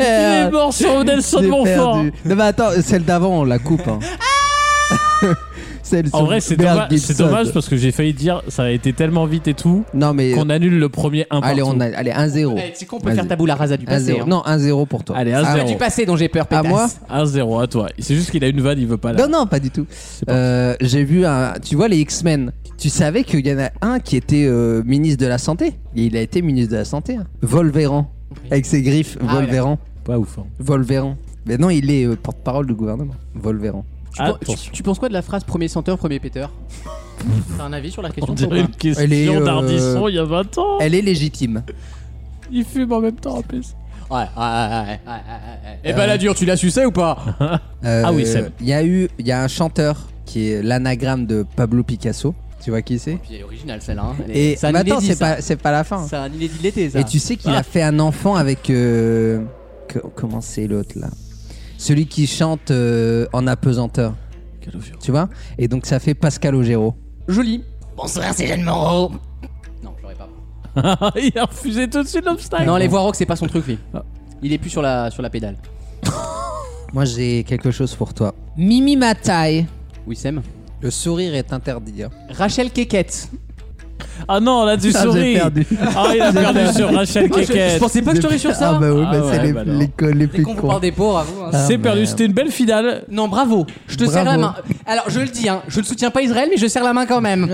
Il est mort sur Nelson J'ai Montfort. perdu. Non mais attends, celle d'avant on la coupe. hein. celle Ah En sur vrai, c'est Merle dommage, c'est Gibson. dommage parce que j'ai failli dire ça a été tellement vite et tout Non mais qu'on annule le premier 1 allez on a allez 1-0. Allez, tu sais qu'on peut faire ta boule à rasa 1 du passé. hein. Non 1-0 pour toi. Allez, Ah, du 1-0. passé dont j'ai peur, À pétasse. moi À 1-0 à toi. C'est juste qu'il a une vanne, il veut pas la. Non, non, pas du tout. Euh, J'ai vu un. Tu vois, les X-Men, tu savais qu'il y en a un qui était euh, ministre de la Santé Et il a été ministre de la Santé. hein. Volvéran. Avec ses griffes, Ah, Volvéran. Pas ouf. hein. Volvéran. Mais non, il est euh, porte-parole du gouvernement. Volvéran. Tu, Ah, pen- tu- attention. tu penses quoi de la phrase premier senteur, premier péteur T'as un avis sur la question On toi, ou dirait pas une question Elle est, euh, d'Ardisson il y a 20 Eh. ans. Elle est légitime. Il fume en même temps en plus. Euh. Ouais, ouais, ouais, ouais, ouais, ouais. Eh ben la dure, tu l'as sucé ou pas Euh, Ah oui, Seb. Il y a eu. Il y a un chanteur qui est l'anagramme de Pablo Picasso. Tu vois qui c'est Puis elle est originale celle-là. hein. Elle est- Et c'est un mais attends, inédit, c'est ça. pas, c'est pas la fin. C'est un inédit de l'été, ça. Ah. Et tu sais qu'il a fait un enfant avec. euh, que- comment c'est l'autre là Celui qui chante euh, en apesanteur. Tu vois Et donc ça fait Pascal Ogero. Joli. Bonsoir, c'est Jeanne Moreau. Non, j'aurais pas. il a refusé tout de suite l'obstacle. Non, les voix rock, c'est pas son truc, lui. Ah. Il est plus sur la, sur la pédale. Moi j'ai quelque chose pour toi. Mimi Matai. Wissem. Le sourire est interdit. hein. Rachel Kekette. Ah non, là du Ça, j'ai souris. perdu. Ah, il a perdu sur Rachel Moi, je, je Keket. pensais pas que je t'aurais sur ça. Ah bah oui, Ah bah, ouais, c'est les, bah alors. les, co- les Dès plus qu'on vous parle cons. des pauvres, à vous. hein. C'est Ah, perdu, merde. c'était une belle finale. Non, bravo. Je te serre la Bravo. main. Alors, je le dis, hein, je ne soutiens pas Israël, mais je serre la main quand même.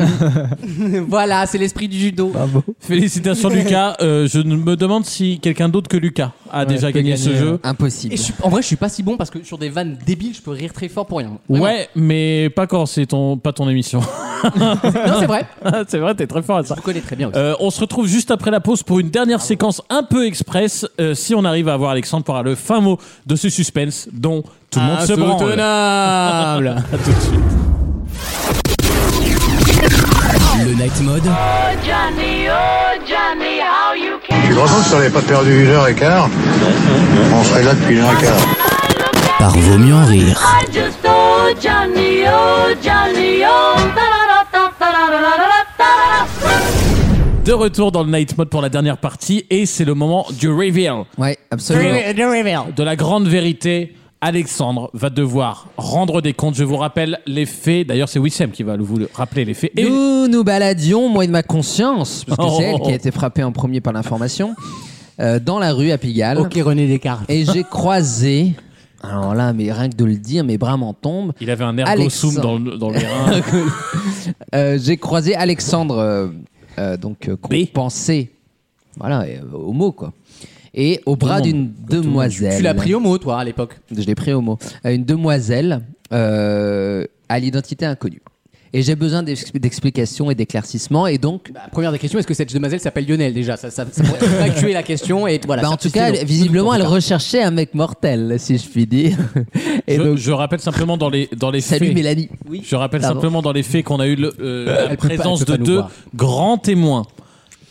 voilà, c'est l'esprit du judo. Bravo. Félicitations Lucas. Euh, je ne me demande si quelqu'un d'autre que Lucas a déjà peut gagné ce gagner, jeu. euh, Impossible. Et je suis- en vrai, je suis pas si bon parce que sur des vannes débiles, je peux rire très fort pour rien. Vraiment. Ouais, mais pas quand c'est ton pas ton émission. Non, c'est vrai. c'est vrai, t'es très fort à ça. Je vous connais très bien aussi. Euh, on se retrouve juste après la pause pour une dernière séquence un peu express. Euh, si on arrive à avoir Alexandre pour le fin mot de ce suspense dont Ah, tout le monde se branle. Insoutenable. À tout de suite. Le Night Mode, Tu te rends compte si on n'avait pas perdu une heure et quart On serait là depuis une heure et quart. par Vaut mieux en rire. De retour dans le night mode pour la dernière partie et c'est le moment du reveal, Ouais, absolument. Reveal. de la grande vérité. Alexandre va devoir rendre des comptes. Je vous rappelle les faits. D'ailleurs, c'est Wissem qui va vous le rappeler les faits. Et Nous nous baladions, moi et de ma conscience, parce que c'est Oh. elle qui a été frappée en premier par l'information, euh, dans la rue à Pigalle. Ok, René Descartes. Et j'ai croisé, alors là, mais rien que de le dire, mes bras m'en tombent, il avait un ergosum dans, le- dans les reins. Euh, j'ai croisé Alexandre, euh, euh, donc euh, qu'on B. pensait, voilà, euh, homo quoi. Et au bras monde. d'une demoiselle. Tu l'as pris au mot, toi, à l'époque. Je l'ai pris au mot. À une demoiselle euh, à l'identité inconnue. Et j'ai besoin d'ex- d'explications et d'éclaircissements. Et donc, Bah, première des questions, est-ce que cette demoiselle s'appelle Lionel déjà Ça, ça, ça pourrait évacuer la question et voilà. bah, en ça- tout cas, c'est- elle- visiblement, elle recherchait un mec mortel, si je puis dire. Et je, donc, je rappelle simplement dans les, dans les salut faits. Mélanie. Je rappelle Pardon. simplement dans les faits qu'on a eu le- euh, la Elle peut pas- présence elle peut de pas nous deux voir. grands témoins.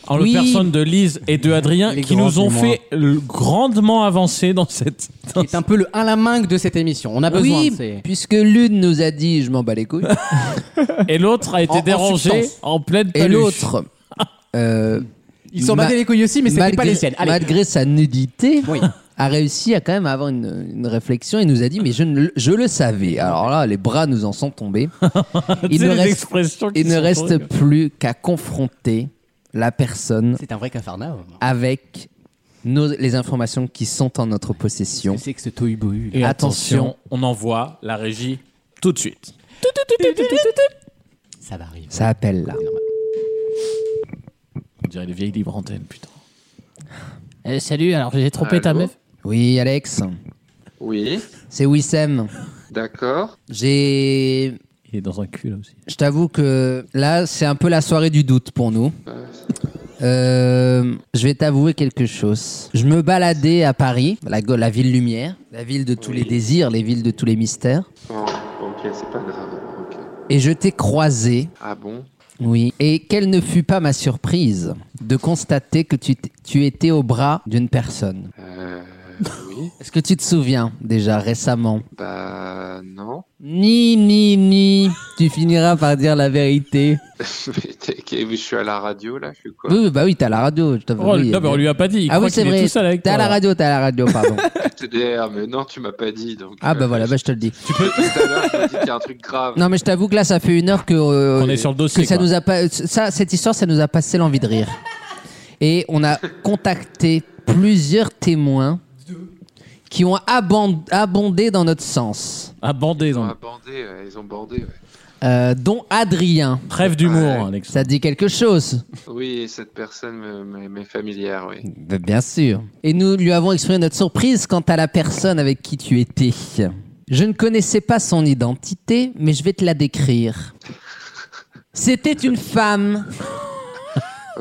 En Oui. la personne de Lise et de Adrien, Les qui grands nous ont témoins. fait euh, grandement avancer dans cette. dans C'est un peu le un la main de cette émission. On a besoin. oui, de ces- puisque l'une nous a dit je m'en bats les couilles. Et l'autre a été En- en dérangé substance. en, pleine et paluche. l'autre. euh, Ils sont ma- battus les couilles aussi, mais c'était pas les siennes. Allez. malgré sa nudité, Oui. a réussi à quand même avoir une, une réflexion. Il nous a dit, mais je, ne le- je le savais. Alors là, les bras nous en sont tombés. il C'est ne les reste, expressions qui il ne sont reste dingues. plus qu'à confronter la personne C'est un vrai cafarnau. avec nos- les informations qui sont en notre possession. C'est que ce tohu Et Attention, attention, on envoie la régie tout de suite. Ça va arriver. ça appelle là. On dirait les vieilles livres antennes, putain. salut, alors j'ai trompé ta Allô meuf Oui, Alex. Oui, C'est Wissem. d'accord. J'ai. Il est dans un cul là aussi. Je t'avoue que là, c'est un peu la soirée du doute pour nous. Euh, je vais t'avouer quelque chose. Je me baladais à Paris, la, go- la ville lumière, la ville de tous les désirs, les villes de tous les mystères, Oh, ok, c'est pas grave. ok. et je t'ai croisé. Ah bon Oui. Et quelle ne fut pas ma surprise de constater que tu, t- tu étais au bras d'une personne. Euh, oui. Est-ce que tu te souviens déjà récemment Bah, non. Ni, ni, ni. Tu finiras par dire la vérité. Mais t'es- que- je suis à la radio, là, je suis quoi Oui, oui, bah oui, t'as la radio. je t'avais- Oh, oui, non, mais on lui a pas dit, il ah croit oui, c'est qu'il est vrai. tout seul avec T'as toi. la radio, t'as la radio, pardon. TDR, mais non, tu m'as pas dit, donc... ah bah voilà, bah je te le dis. Tout à l'heure, tu m'as dit qu'il y a un truc grave. Non, mais je t'avoue que là, ça fait une heure que. euh, Qu'on est sur le dossier, Que ça quoi. nous a pas. Ça, cette histoire, ça nous a passé l'envie de rire. Et on a contacté plusieurs témoins qui ont abond- abondé dans notre sens, Abandé Ils ont dans bandé, ouais, ils ont bandé, ouais. Euh, dont Adrien. Trêve d'humour, Alex. Ça te dit quelque chose Oui, cette personne me- me- m'est familière, oui. Bah, Bien sûr. Et nous lui avons exprimé notre surprise quant à la personne avec qui tu étais. Je ne connaissais pas son identité, mais je vais te la décrire. C'était une femme.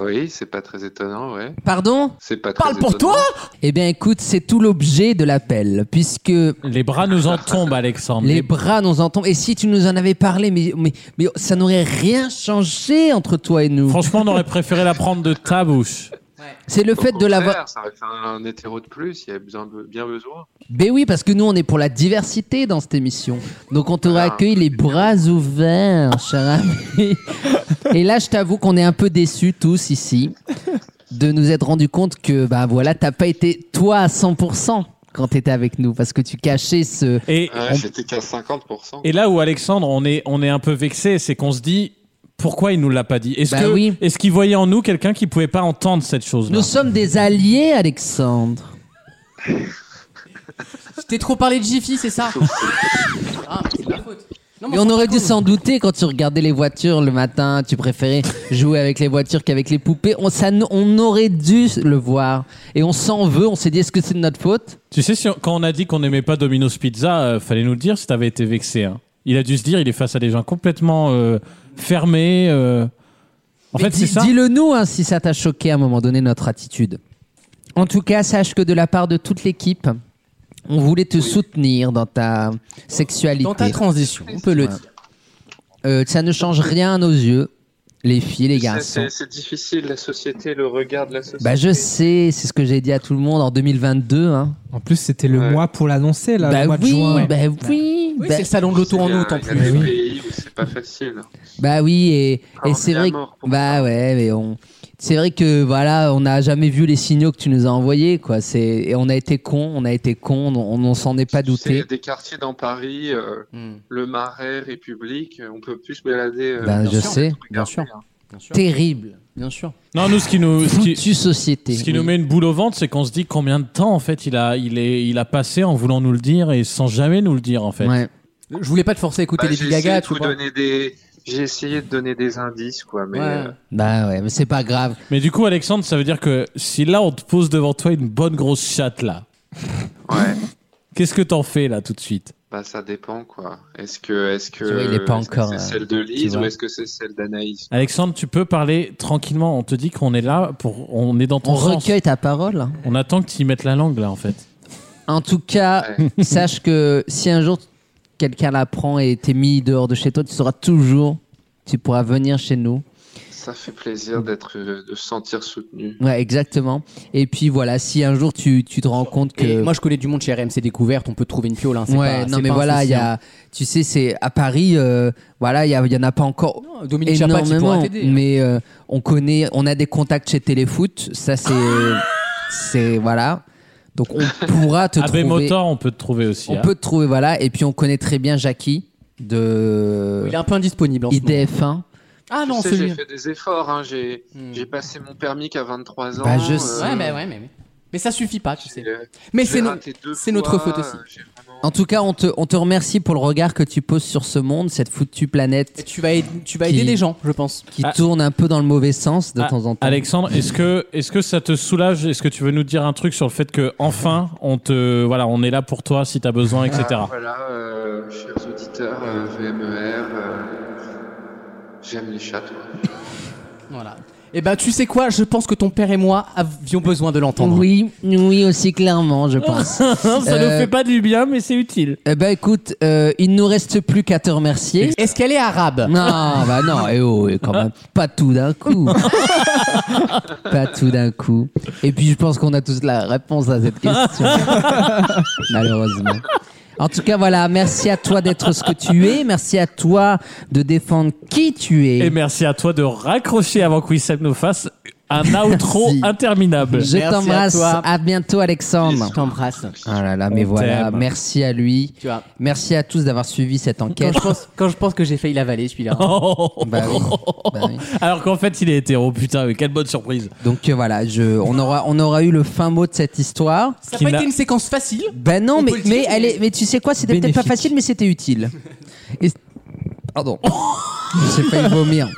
Oui, c'est pas très étonnant, ouais. Pardon C'est pas très Parle pour étonnant. toi Eh bien écoute, c'est tout l'objet de l'appel, puisque Les bras nous en tombent, Alexandre. les bras nous entendent. Et si tu nous en avais parlé, mais, mais, mais ça n'aurait rien changé entre toi et nous. Franchement, on aurait préféré la prendre de ta bouche. c'est le fait Au de contraire, l'avoir... Ça aurait fait un, un hétéro de plus, il y a besoin de- bien besoin. Ben oui, parce que nous, on est pour la diversité dans cette émission. Donc on t'aurait Ah. accueilli les bras ouverts, cher ami. Et là, je t'avoue qu'on est un peu déçus tous ici de nous être rendu compte que, bah voilà, t'as pas été toi à 100% quand t'étais avec nous, parce que tu cachais ce... Et, Ouais, j'étais qu'à 50%. et là où Alexandre, on est, on est un peu vexé, c'est qu'on se dit pourquoi il nous l'a pas dit Est-ce Bah que- oui. est-ce qu'il voyait en nous quelqu'un qui pouvait pas entendre cette chose-là Nous sommes des alliés, Alexandre. Je t'ai trop parlé de Jiffy, c'est ça Ah, c'est de ma faute. Non, mais Et on s'en aurait fout, dû nous. s'en douter quand tu regardais les voitures le matin, tu préférais jouer avec les voitures qu'avec les poupées. On, ça, on aurait dû le voir. Et on s'en veut, on s'est dit est-ce que c'est de notre faute Tu sais, si on- quand on a dit qu'on n'aimait pas Domino's Pizza, euh, fallait nous le dire si t'avais été vexé. hein. Il a dû se dire, il est face à des gens complètement euh, fermés. euh. En Mais fait, dis- c'est ça. Dis-le nous hein, si ça t'a choqué à un moment donné notre attitude. En tout cas, sache que de la part de toute l'équipe, on voulait te soutenir dans ta sexualité. Dans ta transition, on peut le dire. Euh, ça ne change rien à nos yeux, les filles, les C'est- garçons. C'est c'est difficile, la société, le regard de la société. Bah je sais, c'est ce que j'ai dit à tout le monde en 2022. Hein. En plus, c'était le mois pour l'annoncer, là, Bah le mois de oui, juin. bah oui, Oui, bah- c'est le salon de l'auto en Il y a- août en il y a des plus. pays où c'est pas facile. Bah oui, et, Ah, et on c'est est à vrai. que- mort Bah ouais, mais on. C'est vrai que voilà, on n'a jamais vu les signaux que tu nous as envoyés, quoi. C'est et on a été con, on a été con, on on s'en est pas Tu sais, Il y douté. a des quartiers dans Paris, euh, Hmm. le Marais, République, euh, on peut plus se balader. euh, Ben, bien je sûr, sais, regarder, bien sûr. hein. Terrible, Bien sûr. Non, nous, ce qui nous, ce qui, foutue société. ce qui nous Oui. met une boule au ventre, c'est qu'on se dit combien de temps en fait il a, il est, il a passé en voulant nous le dire et sans jamais nous le dire en fait. Ouais. Je voulais pas te forcer à écouter Bah, les j'ai Lady essayé Gaga, de tu vous vois. donner des- J'ai essayé de donner des indices, quoi, mais Ouais. euh, Bah ouais, mais c'est pas grave. Mais du coup, Alexandre, ça veut dire que si là on te pose devant toi une bonne grosse chatte là, ouais, qu'est-ce que t'en fais là tout de suite bah, ça dépend, quoi. Est-ce que, est-ce que, Tu vois, il est pas est-ce que encore, c'est euh, celle de tu Lise vois. ou est-ce que c'est celle d'Anaïs Alexandre, tu peux parler tranquillement. On te dit qu'on est là pour, on est dans ton On sens. recueille ta parole. hein. On attend que tu y mettes la langue là en fait. En tout cas, sache que si un jour quelqu'un l'apprend et t'es mis dehors de chez toi, tu sauras toujours, tu pourras venir chez nous. Ça fait Mm. plaisir d'être, euh, de se sentir soutenu. Ouais, exactement. Et puis voilà, si un jour tu, tu te rends compte que Et moi, je connais du monde chez RMC Découverte, on peut trouver une piole. Hein, c'est ouais, pas- non c'est mais pas un voilà, il souci, y hein. a, tu sais, c'est à Paris, euh, voilà, il y, a- il y en a pas encore Non, hein. Dominique Chapat, il pourra énormément, t'aider. hein. mais euh, on connaît, on a des contacts chez Téléfoot, ça c'est, c'est voilà. Donc on pourra te trouver. Abbé Motor, Ah, on peut te trouver aussi. On hein. peut te trouver, voilà. Et puis on connaît très bien Jackie de. Il est un peu indisponible en ce IDF1. Ah Tu non, sais, celui. j'ai fait des efforts, hein, j'ai j'ai passé mon permis qu'à 23 ans. Mm. euh, Bah, je sais. Ouais, mais ouais, mais, mais. Mais ça suffit pas, tu sais. Mais Mais c'est c'est no- c'est notre faute aussi. En tout cas, on te, on te remercie pour le regard que tu poses sur ce monde, cette foutue planète. tu vas, tu vas aider les gens, je pense. Qui Ah. tourne un peu dans le mauvais sens de Ah, temps en temps. Alexandre, est-ce que, est que ça te soulage Est-ce que tu veux nous dire un truc sur le fait que enfin on te voilà, on est là pour toi si t'as besoin, etc. Ah, voilà, euh, chers auditeurs, euh, VMER, euh, j'aime les chats. toi. Voilà. Et ben, tu sais quoi Je pense que ton père et moi avions besoin de l'entendre. Oui, oui aussi clairement, je pense. Ça ne Euh, fait pas du bien, mais c'est utile. Eh ben écoute, euh, il nous reste plus qu'à te remercier. Est-ce qu'elle est arabe Non, bah non, eh oh, eh, quand même, pas tout d'un coup. pas tout d'un coup. Et puis je pense qu'on a tous la réponse à cette question. Malheureusement. En tout cas, voilà, merci à toi d'être ce que tu es, merci à toi de défendre qui tu es. Et merci à toi de raccrocher avant que Wissam nous fasse un outro interminable. Je t'embrasse. À, bientôt, Alexandre. Je t'embrasse. Ah là là, mais On voilà. t'aime. Merci à lui. Tu vois. Merci à tous d'avoir suivi cette Quand enquête. je, pense, quand je pense que j'ai failli l'avaler, celui-là. Oh, Bah oui. Alors qu'en fait, il est hétéro. Putain, mais quelle bonne surprise. Donc euh, voilà, je, on, aura, on aura eu le fin mot de cette histoire. Ça n'a pas été une séquence facile. Ben non, On mais, peut le dire, mais, elle est, mais tu sais quoi, c'était peut-être pas Bénéfique. facile, mais c'était utile. Et- Pardon. J'ai failli vomir.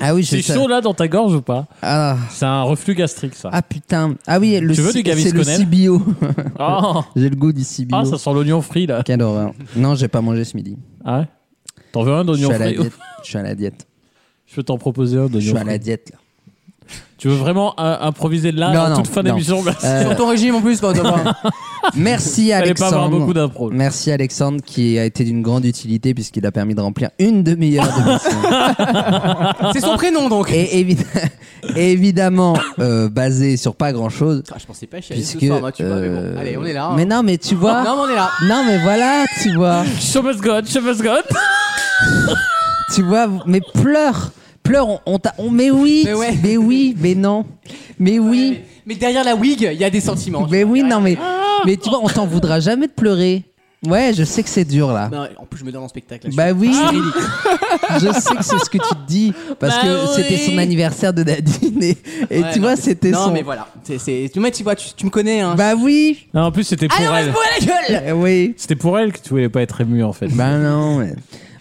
Ah oui, je C'est sais. chaud là dans ta gorge ou pas Ah. C'est un reflux gastrique ça. Ah putain. Ah oui, le Tu veux ci- du c'est le Gaviscon L CBO. Oh. J'ai le goût du CBO. Ah, ça sent l'oignon frit là. Quelle horreur. Non, j'ai pas mangé ce midi. Ah ouais T'en veux un d'oignon Je suis à la frit diète. Je suis à la diète. Je peux t'en proposer un d'oignon Je suis à frit. la diète. là. Tu veux vraiment euh, improviser là Non, en non, toute fin non. d'émission Merci. Euh, Sur ton régime en plus, pas Merci Fallait pas avoir Alexandre. beaucoup d'impro. Merci Alexandre qui a été d'une grande utilité puisqu'il a permis de remplir une demi-heure d'émission. C'est son prénom donc. Et évi- évidemment euh, basé sur pas grand chose. Ah, Je pensais pas chialer Puisque, ce soir, moi, tu vois, mais euh, bon. Allez, on est là. hein. Mais non, mais tu vois. Non, mais on est là. Non, mais voilà, tu vois. Chobesgot, Chobesgot. Tu vois, mais pleure. Pleure, on, on t'a- on- mais oui, mais, Mais ouais. oui, mais non, mais oui, Mais derrière la wig, il y a des sentiments. mais oui, non, mais, mais tu vois, on t'en voudra jamais de pleurer. Ouais, je sais que c'est dur là. Non, en plus, je me donne en spectacle. là, je Bah suis- oui, je suis ridicule. Ah. je sais que c'est ce que tu te dis parce Bah que oui. c'était son anniversaire de Nadine et, et Ouais, tu non, vois, mais- c'était Non, son. mais voilà. C'est- c'est- Tu, mais tu vois, tu, tu me connais. Hein. Ah Bah oui, Ah Non, en plus, c'était pour Allez, on va se elle. bourrer la gueule Eh oui. C'était pour elle que tu voulais pas être ému en fait. Ben non. mais-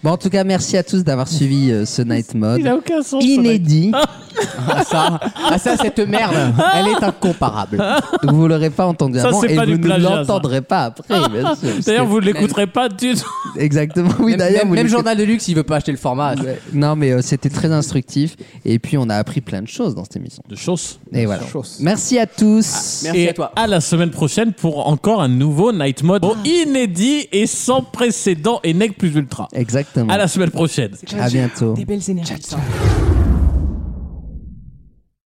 Bon, en tout cas, merci à tous d'avoir suivi euh, ce Night Mode. Il a aucun sens. ce mec. Inédit. Ah, ça, ah, ça, cette merde, elle est incomparable. Donc vous l'aurez pas entendu Ça, avant c'est et pas vous du ne plagiat, ça. l'entendrez pas après. bien sûr, parce D'ailleurs, que- vous ne l'écouterez pas du tout. Exactement. Oui, Même, d'ailleurs, même- vous même l'écoutez- journal de luxe, il veut pas acheter le format. Ouais. Non, mais euh, c'était très instructif. Et puis, on a appris plein de choses dans cette émission. De choses. Et voilà. Merci à tous. Merci et à toi. la semaine prochaine pour encore un nouveau Night Mode inédit et sans précédent et Nec plus ultra. Exactement. À la semaine prochaine. À bientôt. Des belles énergies. ça.